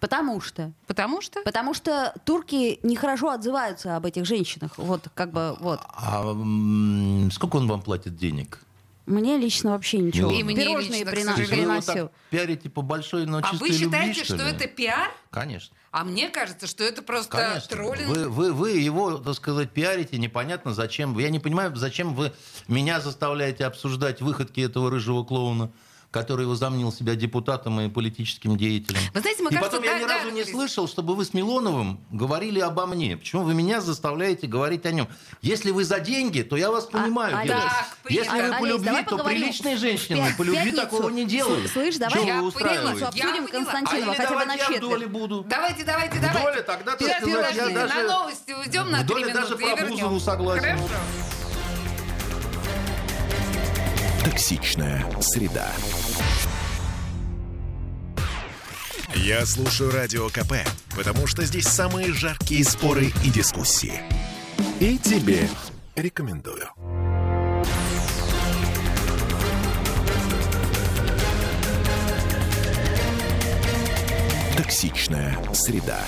Speaker 4: Потому что.
Speaker 2: потому что...
Speaker 4: Потому что турки нехорошо отзываются об этих женщинах. Вот, как бы, вот.
Speaker 3: А м, сколько он вам платит денег?
Speaker 4: Мне лично вообще ничего.
Speaker 3: И мне
Speaker 4: Пирожные
Speaker 2: лично, к
Speaker 4: прина-
Speaker 2: А,
Speaker 3: То есть вы его
Speaker 4: приносил.
Speaker 3: так пиарите по большой, но
Speaker 2: А
Speaker 3: чистой
Speaker 2: вы считаете,
Speaker 3: любви, что,
Speaker 2: что
Speaker 3: ли?
Speaker 2: это пиар?
Speaker 3: Конечно,
Speaker 2: А мне кажется, что это просто
Speaker 3: конечно.
Speaker 2: троллинг.
Speaker 3: Вы, вы, вы его, так сказать, пиарите, непонятно зачем. Я не понимаю, зачем вы меня заставляете обсуждать выходки этого рыжего клоуна, который возомнил себя депутатом и политическим деятелем.
Speaker 2: Вы знаете, мы,
Speaker 3: и
Speaker 2: кажется,
Speaker 3: потом я ни разу не
Speaker 2: догадывались.
Speaker 3: слышал, чтобы вы с Милоновым говорили обо мне. Почему вы меня заставляете говорить о нем? Если вы за деньги, то я вас
Speaker 4: А,
Speaker 3: понимаю.
Speaker 4: Олег.
Speaker 3: девочки.
Speaker 2: Так,
Speaker 3: Если
Speaker 2: понятно.
Speaker 3: вы по
Speaker 4: Олесь,
Speaker 3: любви,
Speaker 4: давай
Speaker 3: то
Speaker 4: поговорим
Speaker 3: приличные
Speaker 4: в
Speaker 3: женщины
Speaker 4: пят-
Speaker 3: по любви
Speaker 4: пятницу.
Speaker 3: такого не делают.
Speaker 4: Слышь, давай
Speaker 3: Чего
Speaker 2: я
Speaker 3: вы
Speaker 2: поняла,
Speaker 3: устраиваете?
Speaker 2: я
Speaker 4: обсудим
Speaker 2: поняла.
Speaker 3: А или
Speaker 4: Константинова хотя бы
Speaker 3: давайте
Speaker 4: на
Speaker 3: я в доле
Speaker 4: четверть.
Speaker 3: буду.
Speaker 2: Давайте, давайте,
Speaker 3: В
Speaker 2: давайте.
Speaker 3: доле а тогда, так
Speaker 2: Сейчас,
Speaker 3: сказать, я
Speaker 2: подожди,
Speaker 3: даже...
Speaker 2: на новости уйдем на
Speaker 3: в доле
Speaker 2: три минуты
Speaker 3: даже
Speaker 2: и
Speaker 3: про
Speaker 2: вернем.
Speaker 3: Бузову согласен.
Speaker 2: Хорошо.
Speaker 1: Токсичная среда. Я слушаю радио КП, потому что здесь самые жаркие споры и дискуссии. И тебе рекомендую. Токсичная среда.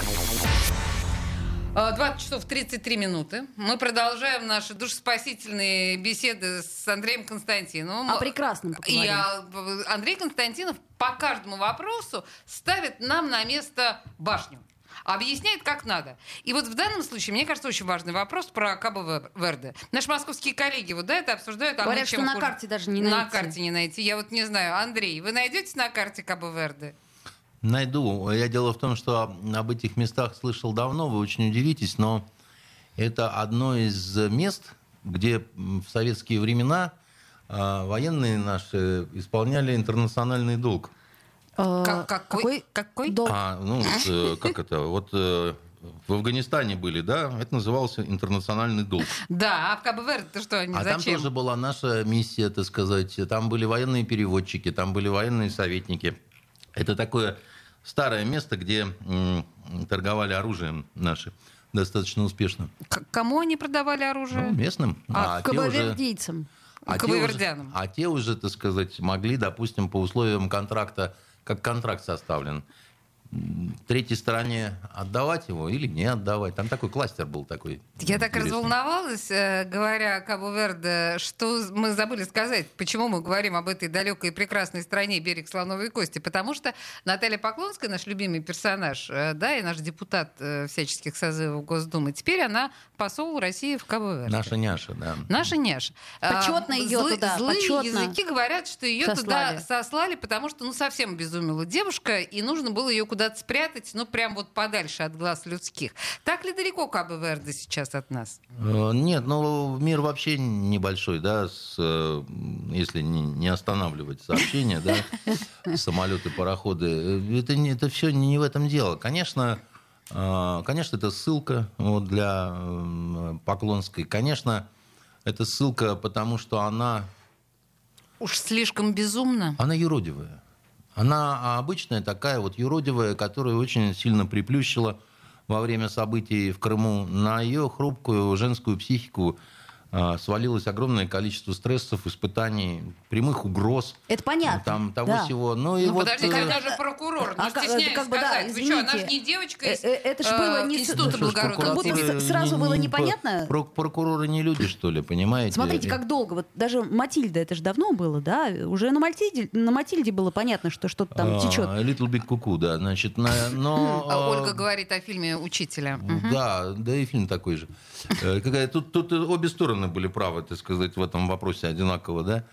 Speaker 2: А, 20 часов 33 минуты. Мы продолжаем наши душеспасительные беседы с Андреем Константиновым.
Speaker 4: О прекрасном
Speaker 2: И
Speaker 4: А поговорим.
Speaker 2: а, б- Андрей Константинов по каждому вопросу ставит нам на место башню. Объясняет, как надо. И вот в данном случае, мне кажется, очень важный вопрос про Кабо Вер- Верде. Наши московские коллеги вот да, это обсуждают. а мы
Speaker 4: Говорят,
Speaker 2: чем
Speaker 4: что на
Speaker 2: хуже?
Speaker 4: карте даже не
Speaker 2: На
Speaker 4: найти.
Speaker 2: карте не найти. Я вот не знаю. Андрей, вы найдете на карте Кабо Верде?
Speaker 3: Найду. Я дело в том, что об- об этих местах слышал давно, вы очень удивитесь, но это одно из мест, где м, в советские времена а, военные наши исполняли интернациональный долг.
Speaker 4: Э,
Speaker 2: Как- какой? Какой?
Speaker 4: долг?
Speaker 3: А, ну, вот, э, как это? Вот э, в Афганистане были, да? Это назывался интернациональный долг.
Speaker 2: Да, а в Кабо Верде что они?
Speaker 3: А там
Speaker 2: Зачем?
Speaker 3: тоже была наша миссия, так сказать. Там были военные переводчики, там были военные советники. Это такое старое место, где м, торговали оружием наши достаточно успешно.
Speaker 2: К- кому они продавали
Speaker 3: Ну,
Speaker 2: оружие?
Speaker 3: местным.
Speaker 2: А,
Speaker 3: те уже-
Speaker 4: Кабавердийцам.
Speaker 3: а те, уже,
Speaker 2: Кабавердянам.
Speaker 3: а те уже, так сказать, могли, допустим, по условиям контракта как контракт составлен, м, третьей стороне отдавать его или не отдавать. Там такой кластер был такой.
Speaker 2: Я так
Speaker 3: интересный.
Speaker 2: разволновалась, э, говоря о Кабо-Верде, что мы забыли сказать, почему мы говорим об этой далекой и прекрасной стране берег слоновой кости. Потому что Наталья Поклонская, наш любимый персонаж, э, да, и наш депутат э, всяческих созывов Госдумы, теперь она посол России в Кабо-Верде.
Speaker 3: Наша няша, да.
Speaker 2: Наша няш.
Speaker 4: Почётно
Speaker 2: А,
Speaker 4: её
Speaker 2: злы-
Speaker 4: туда,
Speaker 2: Злые
Speaker 4: почётно.
Speaker 2: языки говорят, что ее
Speaker 4: Сослали.
Speaker 2: туда сослали, потому что ну совсем безумела девушка, и нужно было ее куда-то спрятать, ну прям вот подальше от глаз людских. Так ли далеко Кабо-Верде сейчас от нас?
Speaker 3: Э, Нет, ну мир вообще небольшой, да, с, э, если не, не останавливать сообщения, да, самолеты, пароходы. Э, Это, не- это все не в этом дело. Конечно, э, конечно, это ссылка вот, для м, Поклонской. Конечно, это ссылка, потому что она
Speaker 2: Уж слишком безумно.
Speaker 3: она юродивая. Она обычная такая вот юродивая, которая очень сильно приплющила во время событий в Крыму. На ее хрупкую женскую психику а, свалилось огромное количество стрессов, испытаний, прямых угроз.
Speaker 4: Это понятно.
Speaker 3: Там того
Speaker 4: да.
Speaker 3: всего. Ну и
Speaker 2: Ну,
Speaker 3: вот...
Speaker 2: подождите,
Speaker 3: э,
Speaker 2: она же прокурор, ну,
Speaker 4: А как-
Speaker 2: стесняюсь
Speaker 4: как бы, да,
Speaker 2: сказать. Вы что, она же
Speaker 4: извините.
Speaker 2: не девочка
Speaker 4: Э,
Speaker 2: из
Speaker 4: э, это ж было
Speaker 2: э,
Speaker 4: не с-
Speaker 2: Института
Speaker 3: ну что ж,
Speaker 2: благородного.
Speaker 4: Как будто
Speaker 3: прокуратура
Speaker 4: с- сразу было
Speaker 3: не- не-
Speaker 4: непонятно.
Speaker 3: прок- Прокуроры не люди, что ли, понимаете?
Speaker 4: Смотрите,
Speaker 3: И-
Speaker 4: как долго. Вот даже Матильда, это же давно было, да? Уже на Матильде, на Матильде было понятно, что что-то там
Speaker 3: А,
Speaker 4: течет.
Speaker 3: Little Big Cuckoo, да. Значит, на- но...
Speaker 2: А
Speaker 3: э,
Speaker 2: Ольга говорит о фильме «Учителя». Мгм.
Speaker 3: Ну Да, да и фильм такой же. Э, Какая, тут, тут обе стороны были правы, так сказать, в этом вопросе одинаково, да,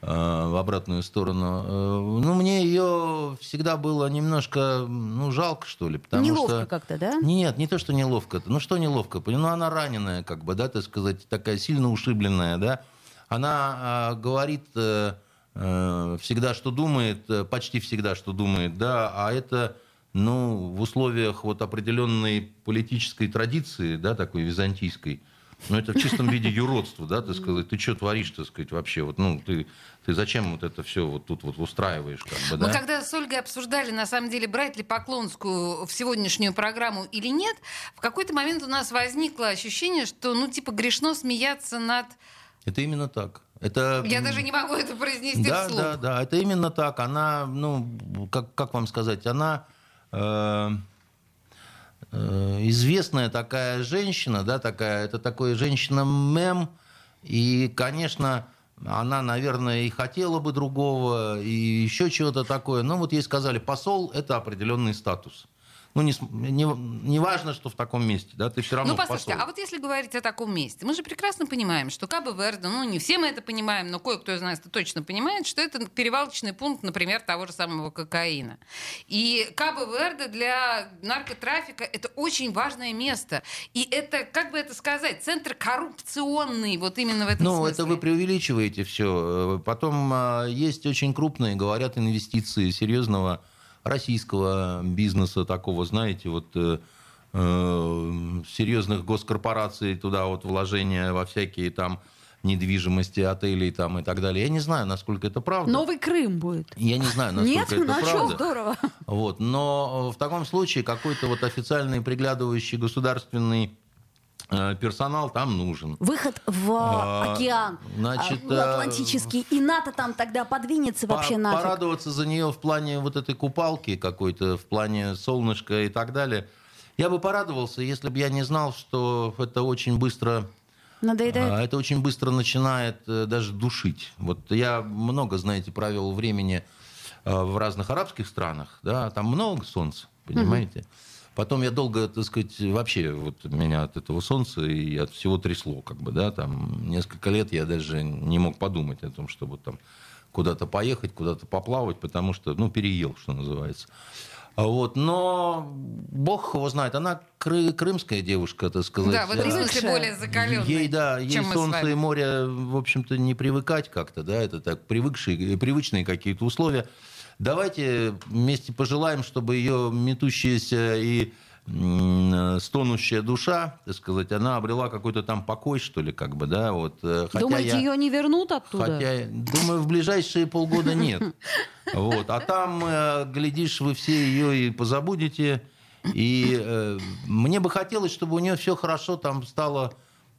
Speaker 3: э, в обратную сторону. Э, Ну, мне ее всегда было немножко, ну, жалко, что ли, потому
Speaker 4: Неловко
Speaker 3: что... Ну,
Speaker 4: как-то, да?
Speaker 3: Нет, не то, что неловко. Ну, что неловко? Ну, она раненая, как бы, да, так сказать, такая сильно ушибленная, да. Она а, говорит э, э, всегда, что думает, э, почти всегда, что думает, да, а это, ну, в условиях вот определенной политической традиции, да, такой византийской, ну, это в чистом виде юродство, да, так сказать, ты что творишь, так сказать, вообще, вот, ну, ты, ты зачем вот это все вот тут вот устраиваешь, как бы, да?
Speaker 2: Мы когда с Ольгой обсуждали, на самом деле, брать ли Поклонскую в сегодняшнюю программу или нет, в какой-то момент у нас возникло ощущение, что, ну, типа, грешно смеяться над...
Speaker 3: Это именно так. Это...
Speaker 2: Я
Speaker 3: м,
Speaker 2: даже не могу это произнести
Speaker 3: Да,
Speaker 2: вслух.
Speaker 3: да, да, это именно так. Она, ну, как, как вам сказать, она э, э, известная такая женщина, да, такая, это такая женщина-мем, и, конечно, она, наверное, и хотела бы другого, и еще чего-то такое. Но вот ей сказали, посол – это определенный статус. Ну, не, см- не, не важно, что в таком месте, да, ты все равно
Speaker 2: Ну, послушайте,
Speaker 3: посол.
Speaker 2: а вот если говорить о таком месте, мы же прекрасно понимаем, что Кабо Верде, ну, не все мы это понимаем, но кое-кто из нас это точно понимает, что это перевалочный пункт, например, того же самого кокаина. И Кабо Верде для наркотрафика это очень важное место. И это, как бы это сказать, центр коррупционный, вот именно в этом
Speaker 3: Ну,
Speaker 2: смысле.
Speaker 3: это вы преувеличиваете все. Потом а, есть очень крупные, говорят, инвестиции серьезного российского бизнеса такого, знаете, вот э, э, серьезных госкорпораций туда вот вложения во всякие там недвижимости, отелей там и так далее. Я не знаю, насколько это правда.
Speaker 4: Новый Крым будет.
Speaker 3: Я не знаю, насколько
Speaker 4: Нет,
Speaker 3: это
Speaker 4: ну а что,
Speaker 3: правда.
Speaker 4: здорово.
Speaker 3: Вот. Но э, в таком случае какой-то вот официальный приглядывающий государственный э, персонал там нужен.
Speaker 4: Выход в
Speaker 3: А,
Speaker 4: океан,
Speaker 3: значит,
Speaker 4: а, ну,
Speaker 3: а,
Speaker 4: Атлантический, и НАТО там тогда подвинется вообще
Speaker 3: По-
Speaker 4: нафиг.
Speaker 3: Порадоваться за нее в плане вот этой купалки какой-то, в плане солнышка и так далее. Я бы порадовался, если бы я не знал, что это очень быстро
Speaker 4: Надоедает.
Speaker 3: а, это очень быстро начинает э, даже душить. Вот я много, знаете, провел времени э, в разных арабских странах, да, там много солнца, понимаете. Потом я долго, так сказать, вообще вот меня от этого солнца и от всего трясло, как бы, да, там несколько лет я даже не мог подумать о том, чтобы там куда-то поехать, куда-то поплавать, потому что, ну, переел, что называется. А Вот, но бог его знает, она кры- крымская девушка, так сказать.
Speaker 2: Да, в этом
Speaker 3: а-
Speaker 2: смысле более закаленный.
Speaker 3: Ей, да, ей
Speaker 2: чем мы с
Speaker 3: солнце
Speaker 2: вами.
Speaker 3: и море, в общем-то, не привыкать как-то, да, это так, привыкшие, э, привычные какие-то условия. Давайте вместе пожелаем, чтобы ее метущаяся и м, э, стонущая душа, так сказать, она обрела какой-то там покой, что ли, как бы, да, вот. э, хотя
Speaker 4: Думаете,
Speaker 3: я-
Speaker 4: ее не вернут оттуда?
Speaker 3: Хотя, думаю, в ближайшие полгода нет. Вот. А там, э, глядишь, вы все ее и позабудете. И э, мне бы хотелось, чтобы у нее все хорошо там стало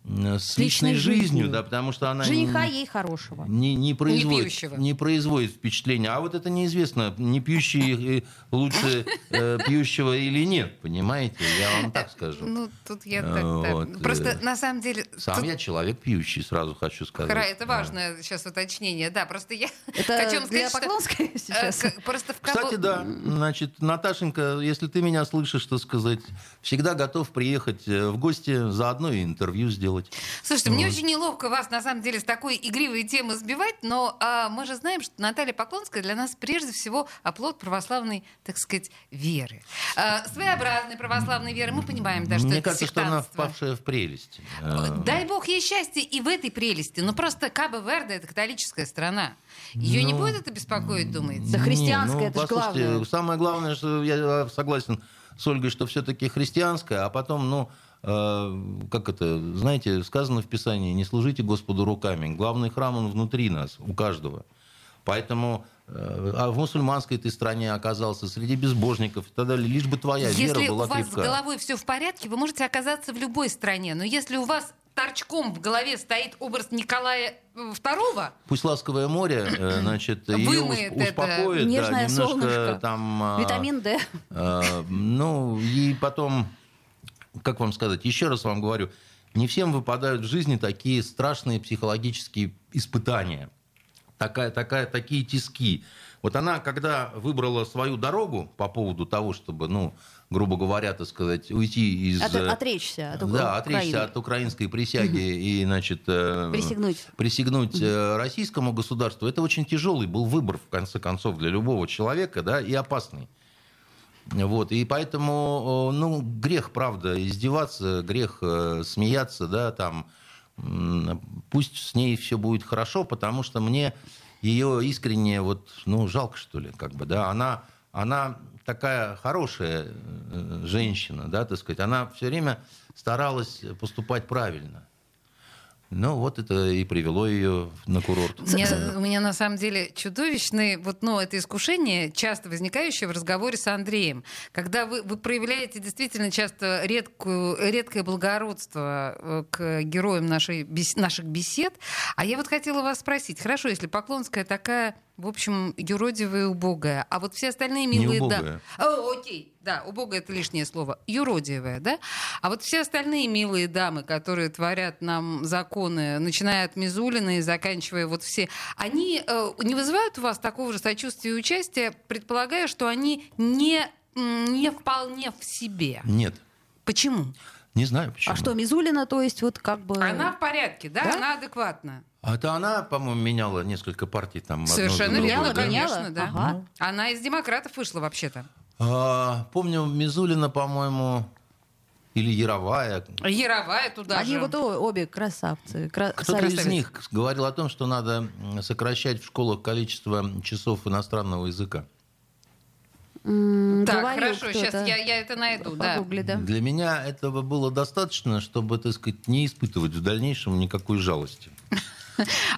Speaker 3: э, с личной,
Speaker 4: личной
Speaker 3: жизнью,
Speaker 4: жизнью.
Speaker 3: да, потому что она
Speaker 4: Жениха
Speaker 3: не,
Speaker 4: ей хорошего.
Speaker 3: не, не производит,
Speaker 2: пьющего.
Speaker 3: не производит впечатления. А вот это неизвестно, не пьющий э, лучше э, пьющего или нет, понимаете? Я вам так скажу.
Speaker 2: Ну, тут я
Speaker 3: Э,
Speaker 2: так, так.
Speaker 3: вот,
Speaker 2: Просто
Speaker 3: э,
Speaker 2: на самом деле...
Speaker 3: Сам
Speaker 2: тут-
Speaker 3: я человек пьющий, сразу хочу сказать.
Speaker 2: Хра- Это
Speaker 3: Да.
Speaker 2: важное сейчас уточнение, да. Просто я
Speaker 4: Это
Speaker 2: хочу вам сказать,
Speaker 4: для
Speaker 2: что,
Speaker 4: Поклонской
Speaker 2: э,
Speaker 4: сейчас.
Speaker 2: к- Просто в кого...
Speaker 3: Кстати, да. Значит, Наташенька, если ты меня слышишь, что сказать, всегда готов приехать э, в гости, заодно и интервью сделать.
Speaker 2: Слушайте, мне очень неловко вас, на самом деле, с такой игривой темы сбивать, но а, мы же знаем, что Наталья Поклонская для нас прежде всего оплот православной, так сказать, веры. А, своеобразной православной веры. Мы понимаем, да, что
Speaker 3: Мне
Speaker 2: это
Speaker 3: кажется, что она
Speaker 2: сектантство. Ну,
Speaker 3: впавшая в прелесть. Э,
Speaker 2: Дай бог ей счастье и в этой прелести. Но просто Кабо Верде — это католическая страна. Ее не
Speaker 3: Ну,
Speaker 2: будет это беспокоить, думаете?
Speaker 4: Да христианское, это ж
Speaker 3: послушайте,
Speaker 4: главное.
Speaker 3: Самое главное, что я э, согласен с Ольгой, что все-таки христианское, а потом, ну, э, как это, знаете, сказано в Писании, не служите Господу руками. Главный храм, он внутри нас, у каждого. Поэтому э, а в мусульманской ты стране оказался, среди безбожников и так далее, лишь бы твоя
Speaker 2: Если
Speaker 3: вера
Speaker 2: у
Speaker 3: была
Speaker 2: вас
Speaker 3: крепка.
Speaker 2: с головой все в порядке, вы можете оказаться в любой стране. Но если у вас торчком в голове стоит образ Николая э, II,
Speaker 3: Пусть ласковое море, э, значит, ее
Speaker 2: Вымоет это
Speaker 3: успокоит, да,
Speaker 4: нежное
Speaker 3: немножко
Speaker 4: солнышко,
Speaker 3: там... а,
Speaker 4: Витамин Д.
Speaker 3: Э, Ну, и потом, как вам сказать, еще раз вам говорю, не всем выпадают в жизни такие страшные психологические испытания, такая, такая, такие тиски. Вот она, когда выбрала свою дорогу по поводу того, чтобы, ну, грубо говоря, так сказать, уйти из...
Speaker 4: От-
Speaker 3: э,
Speaker 4: отречься от Укра-
Speaker 3: да, отречься
Speaker 4: Украины.
Speaker 3: от украинской присяги и, значит... э,
Speaker 4: Присягнуть. А
Speaker 3: присягнуть э, российскому государству, это очень тяжелый был выбор, в конце концов, для любого человека, да, и опасный. Вот, и поэтому, э, ну, грех, правда, издеваться, грех э, смеяться, да, там, м, пусть с ней все будет хорошо, потому что мне ее искренне, вот, ну, жалко, что ли, как бы, да, она, она такая хорошая э, женщина, да, так сказать, она все время старалась поступать правильно. Ну, вот это и привело ее на курорт.
Speaker 2: У меня, у меня на самом деле чудовищное вот, ну, это искушение, часто возникающее в разговоре с Андреем. Когда вы, вы проявляете действительно часто редкую, редкое благородство э, к героям нашей, бес- наших бесед. А я вот хотела вас спросить, хорошо, если Поклонская такая, в общем, юродивая и убогая, а вот все остальные милые дамы...
Speaker 3: убогая.
Speaker 2: О, окей, да, убогая это лишнее слово. Юродивая, да? А вот все остальные милые дамы, которые творят нам законы, начиная от Мизулина и заканчивая вот все, они э, не вызывают у вас такого же сочувствия и участия, предполагая, что они не, м, не вполне в себе.
Speaker 3: Нет,
Speaker 2: Почему?
Speaker 3: не знаю почему.
Speaker 4: А что, Мизулина, то есть, вот как бы...
Speaker 2: Она в порядке, да?
Speaker 4: Э, Да?
Speaker 2: Она адекватна.
Speaker 3: А то она, по-моему, меняла несколько партий там. одну за
Speaker 2: Совершенно
Speaker 3: другой,
Speaker 2: верно,
Speaker 3: да?
Speaker 2: конечно, да.
Speaker 4: Ага.
Speaker 2: Она из демократов вышла вообще-то.
Speaker 3: А, помню, Мизулина, по-моему, или Яровая.
Speaker 2: Яровая туда
Speaker 4: Они
Speaker 2: же.
Speaker 4: вот о- обе красавцы. кра-
Speaker 3: Кто-то
Speaker 4: красавицы.
Speaker 3: из них говорил о том, что надо м, сокращать в школах количество часов иностранного языка.
Speaker 4: М,
Speaker 2: Так,
Speaker 4: говорил
Speaker 2: хорошо, сейчас
Speaker 4: кто-то
Speaker 2: я, я это найду, да.
Speaker 4: погугли, да.
Speaker 3: Для меня этого было достаточно, чтобы, так сказать, не испытывать в дальнейшем никакой жалости.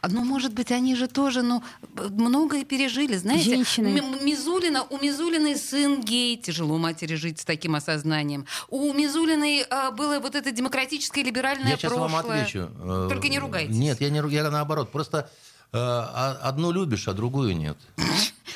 Speaker 2: А, Ну, может быть, они же тоже, ну, б- многое пережили, знаете.
Speaker 4: Женщины.
Speaker 2: М- Мизулина, у Мизулиной сын гей, тяжело матери жить с таким осознанием. У Мизулиной а, было вот это демократическое либеральное
Speaker 3: Я сейчас
Speaker 2: Ну, прошлое.
Speaker 3: вам отвечу. Э,
Speaker 2: Только не ругайтесь.
Speaker 3: Нет, я не ру- я наоборот. Просто э, а- одну любишь, а другую нет.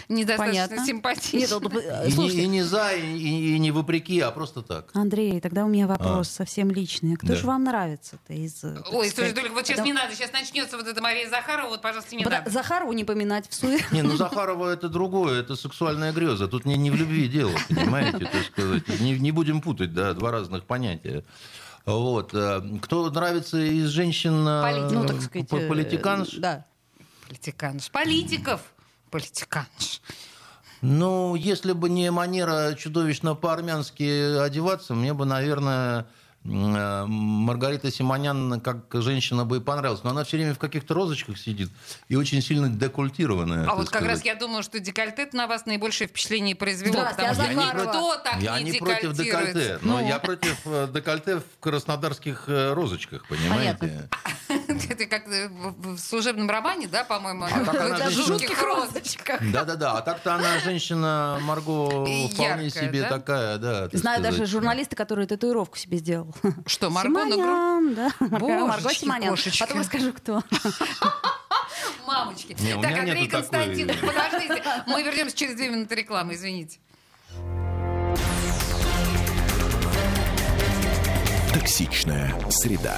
Speaker 2: Недостаточно
Speaker 4: Понятно.
Speaker 2: симпатично.
Speaker 4: Нет, вот, э,
Speaker 3: И, не-
Speaker 4: слушайте,
Speaker 3: и не за, и, и- и не вопреки, а просто так.
Speaker 4: Андрей, тогда у меня вопрос совсем личный. А Кто
Speaker 3: Да.
Speaker 4: же вам нравится-то из... э, так
Speaker 2: Ой, слушай,
Speaker 4: сказать,
Speaker 2: только вот сейчас
Speaker 4: потому-
Speaker 2: не надо, сейчас начнется вот эта Мария Захарова, вот, пожалуйста, не
Speaker 4: Пода-
Speaker 2: надо.
Speaker 4: Захарову не поминать в суе.
Speaker 3: Не, ну Захарова это другое, это сексуальная греза. Тут не, не в любви дело, понимаете, так сказать. Не, не будем путать, да, два разных понятия. Вот. э, Кто нравится из женщин э,
Speaker 2: Полит-
Speaker 4: Ну, так сказать...
Speaker 3: по-
Speaker 4: э,
Speaker 3: политиканш?
Speaker 4: Да.
Speaker 2: Политиканш. Политиков. Политиканш.
Speaker 3: Ну, если бы не манера чудовищно по-армянски одеваться, мне бы, наверное, м, э, Маргарита Симонян как женщина бы и понравилась. Но она все время в каких-то розочках сидит и очень сильно декультированная.
Speaker 2: А
Speaker 3: так
Speaker 2: вот как раз
Speaker 3: сказать.
Speaker 2: я думала, что декольтет на вас наибольшее впечатление произвело,
Speaker 4: Здравствуйте,
Speaker 2: потому что
Speaker 4: а Захарова?
Speaker 2: никто так
Speaker 3: Я
Speaker 2: не
Speaker 3: не против
Speaker 2: декольтирует. Ну.
Speaker 3: декольте, но я против э, декольте в краснодарских э, розочках, понимаете?
Speaker 4: Понятно.
Speaker 2: этой, как э, в в служебном романе, да, по-моему,
Speaker 3: А так она
Speaker 2: в
Speaker 3: же-
Speaker 2: жутких розочках.
Speaker 3: Да-да-да, а так-то она женщина Марго
Speaker 2: И
Speaker 3: вполне
Speaker 2: яркая,
Speaker 3: себе
Speaker 2: да?
Speaker 3: такая, да. так
Speaker 4: Знаю даже
Speaker 3: сказать. ну.
Speaker 4: журналиста, который татуировку себе сделал.
Speaker 2: Что, Марго на груди?
Speaker 4: Симонян, да.
Speaker 2: Божечки,
Speaker 4: Марго Симонян.
Speaker 2: кошечка.
Speaker 4: Потом расскажу, кто.
Speaker 2: Мамочки.
Speaker 3: Не, у
Speaker 2: так,
Speaker 3: меня
Speaker 2: Андрей
Speaker 3: нету такой-
Speaker 2: Константинович, подождите. Мы вернемся через две минуты рекламы, извините.
Speaker 1: Токсичная среда.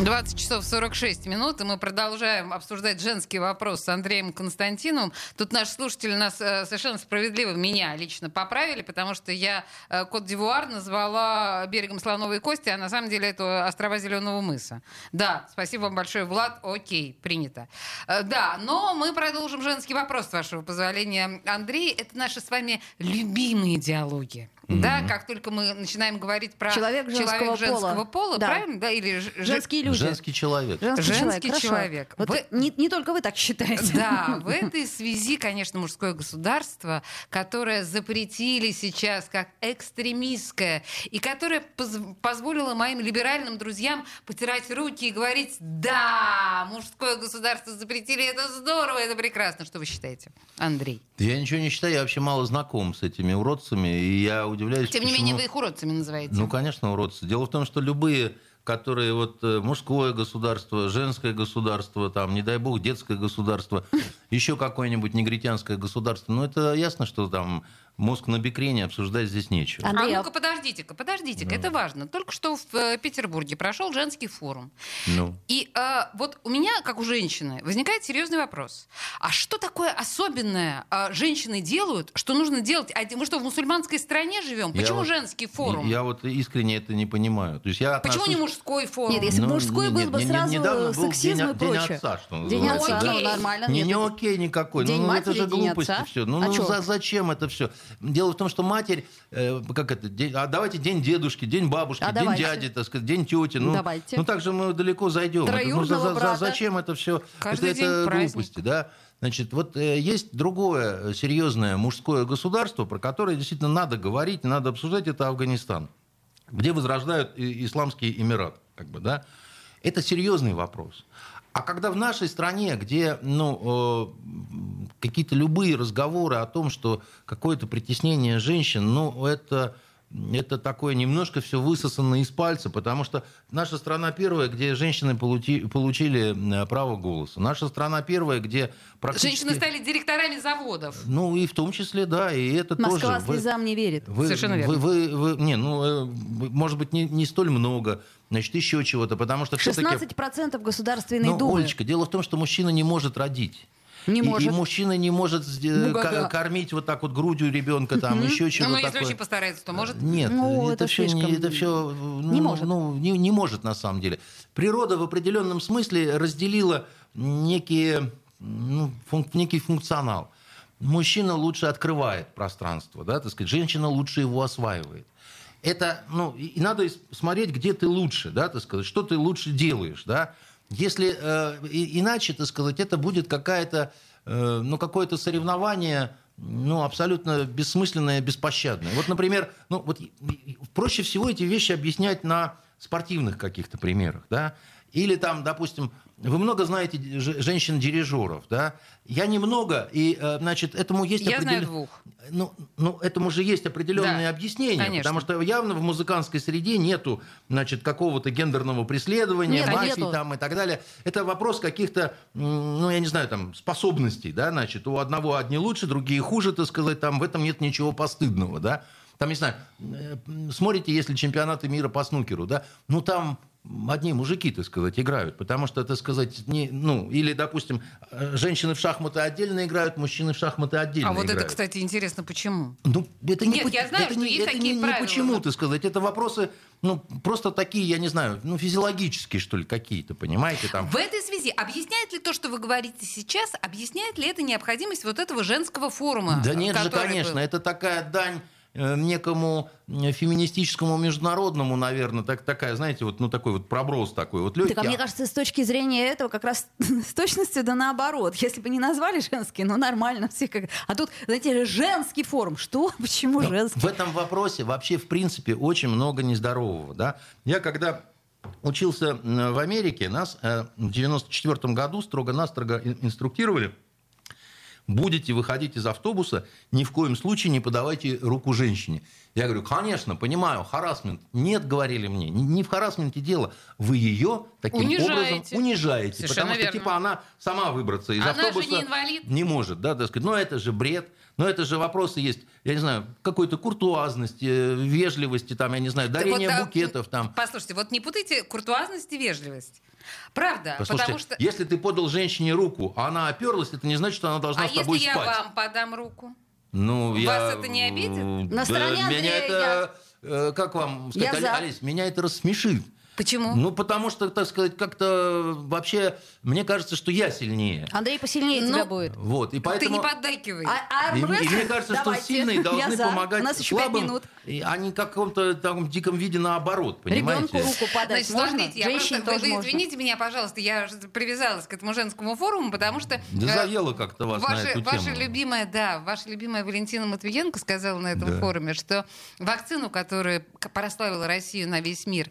Speaker 2: 20 часов 46 минут, и мы продолжаем обсуждать женский вопрос с Андреем Константиновым. Тут наши слушатели нас э, совершенно справедливо, меня лично поправили, потому что я э, Кот-Дивуар назвала берегом Слоновой Кости, а на самом деле это острова Зеленого мыса. Да, спасибо вам большое, Влад, окей, принято. Э, да, но мы продолжим женский вопрос, с вашего позволения, Андрей. Это наши с вами любимые диалоги. Да, как только мы начинаем говорить про
Speaker 4: Человек женского
Speaker 2: женского
Speaker 4: пола.
Speaker 2: пола,
Speaker 4: Да.
Speaker 2: правильно, да, или ж- ж-
Speaker 4: Женские люди.
Speaker 3: Женский человек.
Speaker 2: Женский
Speaker 4: хорошо.
Speaker 2: человек.
Speaker 4: Вот
Speaker 2: Вы-
Speaker 4: не, не только вы так считаете.
Speaker 2: Да, в этой связи, конечно, мужское государство, которое запретили сейчас как экстремистское, и которое поз- позволило моим либеральным друзьям потирать руки и говорить, да, мужское государство запретили, это здорово, это прекрасно. Что вы считаете, Андрей?
Speaker 3: Я ничего не считаю, я вообще мало знаком с этими уродцами, и я удивляюсь,
Speaker 2: Тем не
Speaker 3: почему-
Speaker 2: менее, вы их уродцами называете.
Speaker 3: Ну, конечно, уродцы. Дело в том, что любые, которые вот э, мужское государство, женское государство, там, не дай бог, детское государство, еще какое-нибудь негритянское государство, ну, это ясно, что там мозг на бекрень обсуждать здесь нечего.
Speaker 2: А
Speaker 4: Андрей, а-
Speaker 2: ну-ка, подождите-ка, подождите-ка, это важно. Только что в э, Петербурге прошел женский форум.
Speaker 3: Ну.
Speaker 2: И э, вот у меня, как у женщины, возникает серьезный вопрос. А что такое особенное э, женщины делают, что нужно делать? А Мы что, в мусульманской стране живем?
Speaker 3: Я
Speaker 2: Почему
Speaker 3: вот-
Speaker 2: женский форум?
Speaker 3: Я вот искренне это не понимаю. То есть я
Speaker 2: Почему не
Speaker 3: отношусь-
Speaker 2: мужской форум?
Speaker 4: Нет, если бы
Speaker 3: Ну,
Speaker 4: мужской
Speaker 3: не-
Speaker 4: был
Speaker 3: не-
Speaker 4: бы
Speaker 3: не-
Speaker 4: сразу
Speaker 3: недавно был
Speaker 4: сексизм
Speaker 3: день-
Speaker 4: и
Speaker 3: день
Speaker 4: прочее.
Speaker 3: отца,
Speaker 5: а
Speaker 3: что
Speaker 4: День
Speaker 3: называется,
Speaker 4: отца,
Speaker 2: да.
Speaker 4: ну, нормально.
Speaker 3: Не,
Speaker 4: нет,
Speaker 3: не
Speaker 4: это-
Speaker 3: окей никакой.
Speaker 4: День
Speaker 3: ну,
Speaker 4: матери,
Speaker 3: это же
Speaker 4: день
Speaker 3: глупости
Speaker 4: отца.
Speaker 3: все. Ну,
Speaker 4: А
Speaker 3: ну,
Speaker 4: чё?
Speaker 3: за- зачем это все? Дело в том, что матерь, э, как это, день- а давайте день дедушки, день бабушки,
Speaker 4: А
Speaker 3: день
Speaker 4: давайте.
Speaker 3: дяди, так сказать, день тети. Ну,
Speaker 4: Давайте.
Speaker 3: ну так же мы далеко зайдем. Это, ну, за-
Speaker 4: Троюродного
Speaker 3: за- за-
Speaker 4: брата.
Speaker 3: зачем это все?
Speaker 2: Каждый
Speaker 3: это,
Speaker 2: день
Speaker 3: это
Speaker 2: праздник.
Speaker 3: глупости, да? Значит, вот э, есть другое э, серьезное мужское государство, про которое действительно надо говорить, надо обсуждать, это Афганистан где возрождают и- Исламский Эмират, как бы, да? Это серьезный вопрос. А когда в нашей стране, где ну, э, м, какие-то любые разговоры о том, что какое-то притеснение женщин, ну, это, это такое немножко все высосано из пальца, потому что наша страна первая, где женщины получи- получили э, право голоса. Наша страна первая, где практически...
Speaker 2: Женщины стали директорами заводов.
Speaker 3: Ну, и в том числе, да, и это тоже...
Speaker 4: Москва
Speaker 3: Вы-
Speaker 4: слезам не верит.
Speaker 3: вы,
Speaker 2: Совершенно верно.
Speaker 3: вы, вы- вы- не, ну, э, вы- может быть, не, не столь много, значит, еще чего-то, потому что все-таки...
Speaker 4: 16% Государственной
Speaker 2: Ну,
Speaker 4: Думы.
Speaker 3: Олечка, дело в том, что мужчина не может родить.
Speaker 4: Не
Speaker 3: и,
Speaker 4: может.
Speaker 3: И мужчина не может сде-
Speaker 4: Ну, га-га.
Speaker 3: кор- кормить вот так вот грудью ребенка, там еще
Speaker 2: Ну,
Speaker 3: чего-то
Speaker 2: ну, если
Speaker 3: такое. Э,
Speaker 2: очень постарается, то может.
Speaker 3: Нет,
Speaker 4: Ну,
Speaker 3: это,
Speaker 4: это
Speaker 3: все
Speaker 4: слишком.
Speaker 3: не, это все ну,
Speaker 4: Не может.
Speaker 3: ну, не, не может на самом деле. Природа в определенном смысле разделила некие, ну, функ- некий функционал. Мужчина лучше открывает пространство, да, так сказать, женщина лучше его осваивает. Это, ну, и и надо ис- смотреть, где ты лучше, да, так сказать, что ты лучше делаешь, да. Если э, и- иначе, так сказать, это будет какая-то, э, ну, какое-то соревнование, ну, абсолютно бессмысленное, беспощадное. Вот, например, ну, вот и- и- проще всего эти вещи объяснять на спортивных каких-то примерах, да. Или там, допустим, вы много знаете де- же- женщин-дирижеров, да? Я немного, и, э, значит, этому есть
Speaker 2: Я знаю
Speaker 3: определен-
Speaker 2: двух.
Speaker 3: ну, ну, этому же есть определенные
Speaker 2: Да,
Speaker 3: объяснения,
Speaker 2: конечно.
Speaker 3: потому что явно в музыкантской среде нету, значит, какого-то гендерного преследования,
Speaker 4: Нет,
Speaker 3: мафии
Speaker 4: нету.
Speaker 3: там и так далее. Это вопрос каких-то, м, ну, я не знаю, там, способностей, да, значит, у одного одни лучше, другие хуже, так сказать, там в этом нет ничего постыдного, да. Там, не знаю, э, м, смотрите, если чемпионаты мира по снукеру, да, ну, там одни мужики, так сказать, играют, потому что, так сказать, не, ну, или, допустим, э, женщины в шахматы отдельно играют, мужчины в шахматы отдельно
Speaker 2: А вот это,
Speaker 3: играют.
Speaker 2: кстати, интересно, почему?
Speaker 3: Ну, это не,
Speaker 2: Нет,
Speaker 3: пу-
Speaker 2: я знаю,
Speaker 3: это
Speaker 2: что
Speaker 3: не,
Speaker 2: есть
Speaker 3: это
Speaker 2: такие
Speaker 3: не- не
Speaker 2: правила,
Speaker 3: почему,
Speaker 2: но-
Speaker 3: ты сказать. Это вопросы, ну, просто такие, я не знаю, ну, физиологические, что ли, какие-то, понимаете, там.
Speaker 2: В этой связи объясняет ли то, что вы говорите сейчас, объясняет ли это необходимость вот этого женского форума?
Speaker 3: Да
Speaker 2: э,
Speaker 3: нет же,
Speaker 2: который
Speaker 3: конечно,
Speaker 2: был?
Speaker 3: это такая дань э, некому э, феминистическому международному, наверное, так, такая, знаете, вот ну, такой вот проброс такой вот легкий.
Speaker 5: Так, а мне кажется, с точки зрения этого как раз с точностью да наоборот. Если бы не назвали женский, ну нормально все как... А тут, знаете, женский форум. Что? Почему женский?
Speaker 3: В этом вопросе вообще, в принципе, очень много нездорового. Да? Я когда учился э, в Америке, нас э, в 94 году строго-настрого ин- инструктировали, будете выходить из автобуса, ни в коем случае не подавайте руку женщине. Я говорю, конечно, понимаю, харасмент. Нет, говорили мне, не- не в харасменте дело. Вы ее таким
Speaker 2: Унижаете.
Speaker 3: образом унижаете.
Speaker 2: Совершенно
Speaker 3: потому что,
Speaker 2: верно.
Speaker 3: типа, она сама выбраться из
Speaker 2: Она же
Speaker 3: автобуса
Speaker 2: не инвалид.
Speaker 3: не может, да, так сказать. Но это же бред. Но это же вопросы есть, я не знаю, какой-то куртуазности, э, вежливости, там, я не знаю,
Speaker 2: Так вот,
Speaker 3: дарения
Speaker 2: да,
Speaker 3: букетов, там.
Speaker 2: Послушайте, вот не путайте куртуазность и вежливость. Правда,
Speaker 3: Послушайте,
Speaker 2: потому что...
Speaker 3: если ты подал женщине руку, а она оперлась, это не значит, что она должна
Speaker 2: А
Speaker 3: с
Speaker 2: если
Speaker 3: тобой
Speaker 2: я
Speaker 3: спать.
Speaker 2: вам подам руку?
Speaker 3: Ну,
Speaker 2: Вас
Speaker 3: я...
Speaker 2: это не обидит?
Speaker 3: э,
Speaker 5: На
Speaker 3: да,
Speaker 5: стороне
Speaker 3: меня
Speaker 5: Андрея
Speaker 3: это, э, как вам
Speaker 5: Я
Speaker 3: сказать, Али-
Speaker 5: за.
Speaker 3: Алис, меня это рассмешит.
Speaker 2: Почему?
Speaker 3: Ну, потому что, так сказать, как-то вообще мне кажется, что я сильнее.
Speaker 5: Андрей посильнее тебя
Speaker 2: Ну,
Speaker 5: будет.
Speaker 3: Вот, и
Speaker 2: Ты
Speaker 3: поэтому...
Speaker 2: не поддакивай.
Speaker 5: А, а
Speaker 3: И,
Speaker 5: мы-
Speaker 3: и мне кажется,
Speaker 5: давайте.
Speaker 3: что сильные
Speaker 5: Я
Speaker 3: должны
Speaker 5: за.
Speaker 3: помогать
Speaker 5: У нас еще пять
Speaker 3: слабым,
Speaker 5: минут.
Speaker 3: и, а не в каком-то таком диком виде наоборот,
Speaker 5: Ребенку
Speaker 3: понимаете?
Speaker 5: руку подать
Speaker 2: Значит,
Speaker 5: можно?
Speaker 2: смотрите, я
Speaker 5: Женщине
Speaker 2: просто- вы-
Speaker 5: тоже
Speaker 2: вы
Speaker 5: можно.
Speaker 2: извините меня, пожалуйста, я ж- привязалась к этому женскому форуму, потому что...
Speaker 3: Да
Speaker 2: э,
Speaker 3: заело как-то вас на
Speaker 2: ваша,
Speaker 3: эту
Speaker 2: ваша
Speaker 3: тему.
Speaker 2: любимая, да, ваша любимая Валентина Матвиенко сказала на этом
Speaker 3: Да.
Speaker 2: форуме, что вакцину, которая к- прославила Россию на весь мир,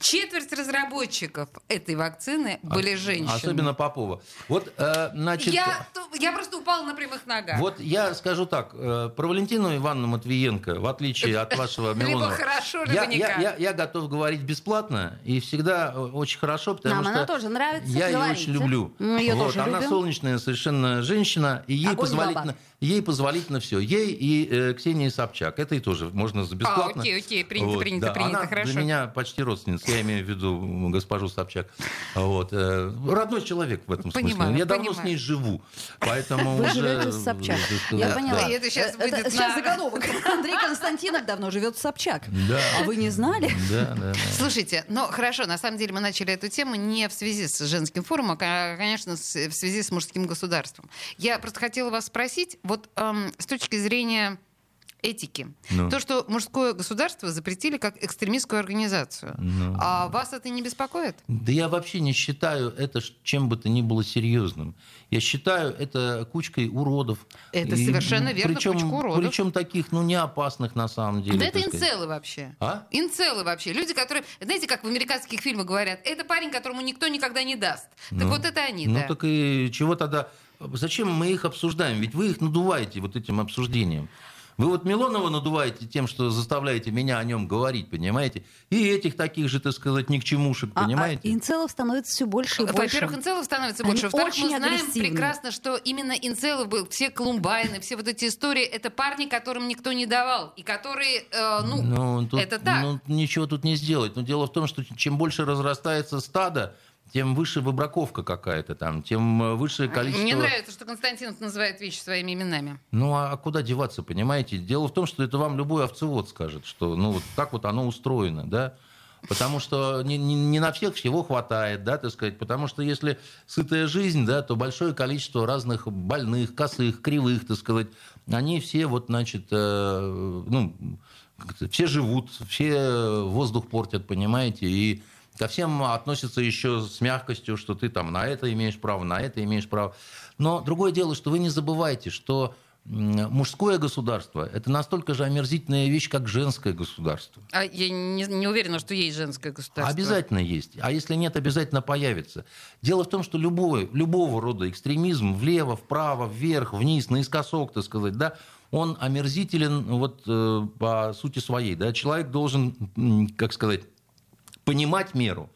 Speaker 2: четверть разработчиков этой вакцины были женщины.
Speaker 3: А Особенно Попова. Вот, э, значит...
Speaker 2: Я, ту- я просто упала на прямых ногах.
Speaker 3: Вот я скажу так, э, про Валентину Ивановну Матвиенко, в отличие от вашего
Speaker 2: Либо
Speaker 3: Милонова,
Speaker 2: хорошо, либо
Speaker 3: я,
Speaker 2: никак.
Speaker 3: я, я, я готов говорить бесплатно и всегда э, очень хорошо, потому
Speaker 5: Нам
Speaker 3: что
Speaker 5: она тоже нравится,
Speaker 3: я ее
Speaker 5: говорите.
Speaker 3: очень люблю.
Speaker 5: Мы её
Speaker 3: вот,
Speaker 5: тоже
Speaker 3: она
Speaker 5: любим.
Speaker 3: солнечная совершенно женщина, и ей
Speaker 5: Огонь
Speaker 3: позволительно,
Speaker 5: баба.
Speaker 3: ей позволительно все. Ей и э, Ксении Собчак. Это и тоже можно за
Speaker 2: А,
Speaker 3: бесплатно.
Speaker 2: окей, окей, принято, принято,
Speaker 3: да.
Speaker 2: принято,
Speaker 3: Она
Speaker 2: хорошо.
Speaker 3: Для меня почти родственница, я имею в виду м, госпожу Собчак. Вот. э, Родной человек в этом
Speaker 2: Понимаю,
Speaker 3: смысле. Я давно
Speaker 2: понимаю.
Speaker 3: с ней живу, поэтому
Speaker 5: Вы
Speaker 3: Ну, уже,
Speaker 5: живете с Собчак.
Speaker 3: э, что-
Speaker 5: Я
Speaker 3: да.
Speaker 5: поняла.
Speaker 2: И это щас выйдет на-
Speaker 5: щас заголовок. Андрей Константинов давно живет с Собчак.
Speaker 3: Да.
Speaker 5: А вы не знали?
Speaker 3: Да, да, да.
Speaker 2: Слушайте, ну хорошо, на самом деле мы начали эту тему не в связи с женским форумом, а, конечно, с- в связи с мужским государством. Я просто хотела вас спросить, вот эм, с точки зрения этики,
Speaker 3: Ну.
Speaker 2: то, что мужское государство запретили как экстремистскую организацию,
Speaker 3: Ну.
Speaker 2: а вас это не беспокоит?
Speaker 3: Да я вообще не считаю это ш- чем бы то ни было серьезным. Я считаю это кучкой уродов.
Speaker 2: Это совершенно верно,
Speaker 3: причем,
Speaker 2: кучка уродов.
Speaker 3: Причем таких, ну, не опасных на самом деле.
Speaker 2: да это
Speaker 3: так сказать.
Speaker 2: инцелы вообще.
Speaker 3: А?
Speaker 2: Инцелы вообще. Люди, которые, знаете, как в американских фильмах говорят, это парень, которому никто никогда не даст.
Speaker 3: Ну.
Speaker 2: так вот это они,
Speaker 3: Ну
Speaker 2: да.
Speaker 3: так и чего тогда... Зачем мы их обсуждаем? Ведь вы их надуваете вот этим обсуждением. Вы вот Милонова надуваете тем, что заставляете меня о нем говорить, понимаете? И этих таких же, так сказать, ни к чемушек,
Speaker 5: А- а
Speaker 3: понимаете?
Speaker 5: инцелов становится все больше и больше.
Speaker 2: Во-первых, инцелов становится
Speaker 5: Они
Speaker 2: больше. Во-вторых, мы
Speaker 5: очень
Speaker 2: знаем
Speaker 5: агрессивны.
Speaker 2: прекрасно, что именно инцелов был. Все колумбайны, все вот эти истории, это парни, которым никто не давал. И которые, э, ну,
Speaker 3: Ну, тут,
Speaker 2: это так.
Speaker 3: ну, ничего тут не сделать. Но дело в том, что чем больше разрастается стадо, тем выше выбраковка какая-то там, тем э, выше количество...
Speaker 2: Мне нравится, что Константинов называет вещи своими именами.
Speaker 3: Ну, а куда деваться, понимаете? Дело в том, что это вам любой овцевод скажет, что ну вот так вот оно устроено, да? Потому что не, не- не на всех всего хватает, да, так сказать. Потому что если сытая жизнь, да, то большое количество разных больных, косых, кривых, так сказать, они все вот, значит, э, ну, как-то все живут, все воздух портят, понимаете, и ко всем относятся еще с мягкостью, что ты там на это имеешь право, на это имеешь право. Но другое дело, что вы не забывайте, что м, мужское государство – это настолько же омерзительная вещь, как женское государство.
Speaker 2: А я не, не уверена, что есть женское государство.
Speaker 3: Обязательно есть. А если нет, обязательно появится. Дело в том, что любой, любого рода экстремизм влево, вправо, вверх, вниз, наискосок, так сказать, да, он омерзителен вот, э, по сути своей. Да. Человек должен, м, как сказать, понимать меру,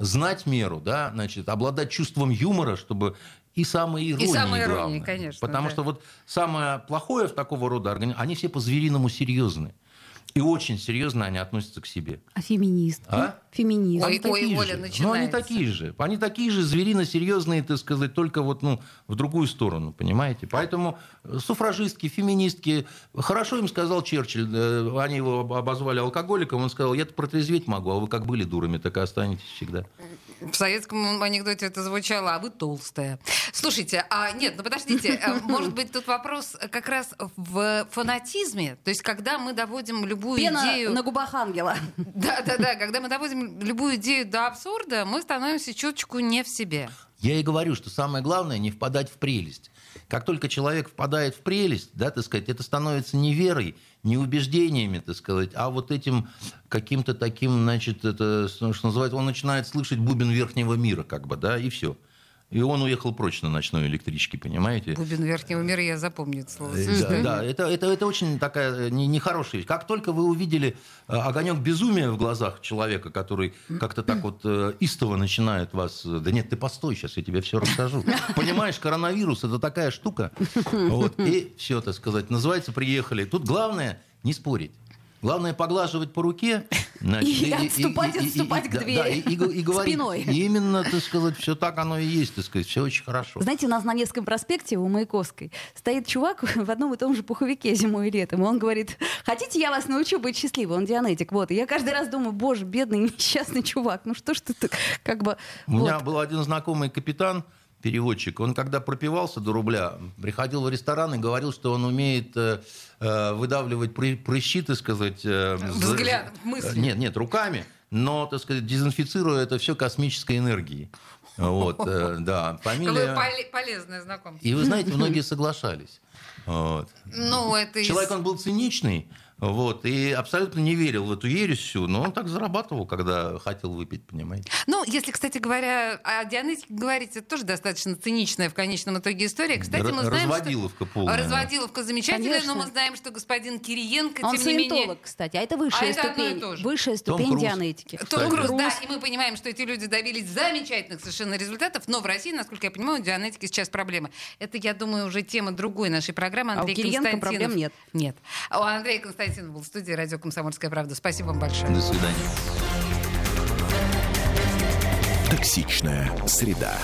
Speaker 3: знать меру, да, значит, обладать чувством юмора, чтобы и самой иронии
Speaker 2: самоиронии,
Speaker 3: главное.
Speaker 2: конечно,
Speaker 3: Потому
Speaker 2: да.
Speaker 3: что вот самое плохое в такого рода организации, они все по-звериному серьезны. И очень серьезно они относятся к себе.
Speaker 4: А феминист?
Speaker 3: А?
Speaker 4: Феминист.
Speaker 2: Ой,
Speaker 3: Они
Speaker 2: Оля,
Speaker 3: такие же. Ну, они
Speaker 2: начинается.
Speaker 3: такие же. Они такие же зверино-серьезные, так сказать, только вот, ну, в другую сторону, понимаете? Поэтому э, суфражистки, феминистки... Хорошо им сказал Черчилль, э, они его об- обозвали алкоголиком, он сказал, я-то протрезветь могу, а вы как были дурами, так и останетесь всегда.
Speaker 2: В советском анекдоте это звучало, а вы толстая. Слушайте, а нет, ну подождите, э, может быть, тут вопрос как раз в фанатизме, то есть когда мы доводим любую
Speaker 5: Пена
Speaker 2: идею...
Speaker 5: на губах ангела.
Speaker 2: Да, да, да. Когда мы доводим любую идею до абсурда, мы становимся чуточку не в себе.
Speaker 3: Я и говорю, что самое главное не впадать в прелесть. Как только человек впадает в прелесть, да, так сказать, это становится не верой, не убеждениями, так сказать, а вот этим каким-то таким, значит, это, что что называется, он начинает слышать бубен верхнего мира, как бы, да, и все. И он уехал прочь на ночной электричке, понимаете?
Speaker 2: Бубен верхнего мира, я запомню это слово.
Speaker 3: Э, Да, да, это, это, это очень такая э, не- нехорошая вещь. Как только вы увидели э, огонек безумия в глазах человека, который как-то так вот э, истово начинает вас... э, Да нет, ты постой, сейчас я тебе все расскажу. Понимаешь, коронавирус это такая штука. Вот, и все, так сказать, называется, приехали. Тут главное не спорить. Главное поглаживать по руке значит,
Speaker 5: И отступать, отступать к
Speaker 3: да, да,
Speaker 5: двери.
Speaker 3: и- и го- и говорить,
Speaker 5: Спиной.
Speaker 3: Именно, так сказать, все так оно и есть, так сказать, все очень хорошо.
Speaker 5: Знаете, у нас на Невском проспекте у Маяковской стоит чувак в одном и том же пуховике зимой и летом. И он говорит, хотите, я вас научу быть счастливым? Он дианетик. Вот. И я каждый раз думаю, боже, бедный несчастный чувак. Ну что ж ты так, как бы...
Speaker 3: У меня
Speaker 5: вот.
Speaker 3: был один знакомый капитан, переводчик. Он, когда пропивался до рубля, приходил в ресторан и говорил, что он умеет э, э, выдавливать пры- прыщи, так сказать... э, за-
Speaker 2: Взгляд, мыслью.
Speaker 3: Нет, нет, руками, но, так сказать, дезинфицируя это все космической энергией. Вот, э, да,
Speaker 2: Какое
Speaker 3: фамилия...
Speaker 2: поле- полезное знакомство.
Speaker 3: И вы знаете, многие соглашались. Вот.
Speaker 2: Ну, это из-
Speaker 3: Человек, он был циничный, вот, и абсолютно не верил в эту ересь всю, но он так зарабатывал, когда хотел выпить, понимаете.
Speaker 2: Ну, если, кстати говоря, о Дионысе говорить, это тоже достаточно циничная в конечном итоге история. Кстати, мы
Speaker 3: Р-
Speaker 2: знаем, что...
Speaker 3: разводиловка полная.
Speaker 2: Разводиловка замечательная,
Speaker 5: Конечно.
Speaker 2: но мы знаем, что господин Кириенко,
Speaker 5: Он
Speaker 2: тем не
Speaker 5: саентолог,
Speaker 2: менее...
Speaker 5: кстати. А это высшая
Speaker 2: это одно и
Speaker 5: ступень.
Speaker 2: то же.
Speaker 5: Высшая ступень
Speaker 3: Круз.
Speaker 5: дианетики.
Speaker 2: Том
Speaker 3: Кстати.
Speaker 2: Круз, да,
Speaker 5: Круз.
Speaker 2: и мы понимаем, что эти люди добились замечательных совершенно результатов, но в России, насколько я понимаю, у дианетики сейчас проблемы. Это, я думаю, уже тема другой нашей программы.
Speaker 5: А у
Speaker 2: Андрей
Speaker 5: Кириенко
Speaker 2: Константинов.
Speaker 5: проблем нет.
Speaker 2: Нет. А У Андрея Константинова был в студии «Радио Комсомольская правда». Спасибо вам большое.
Speaker 3: До свидания.
Speaker 1: Токсичная среда.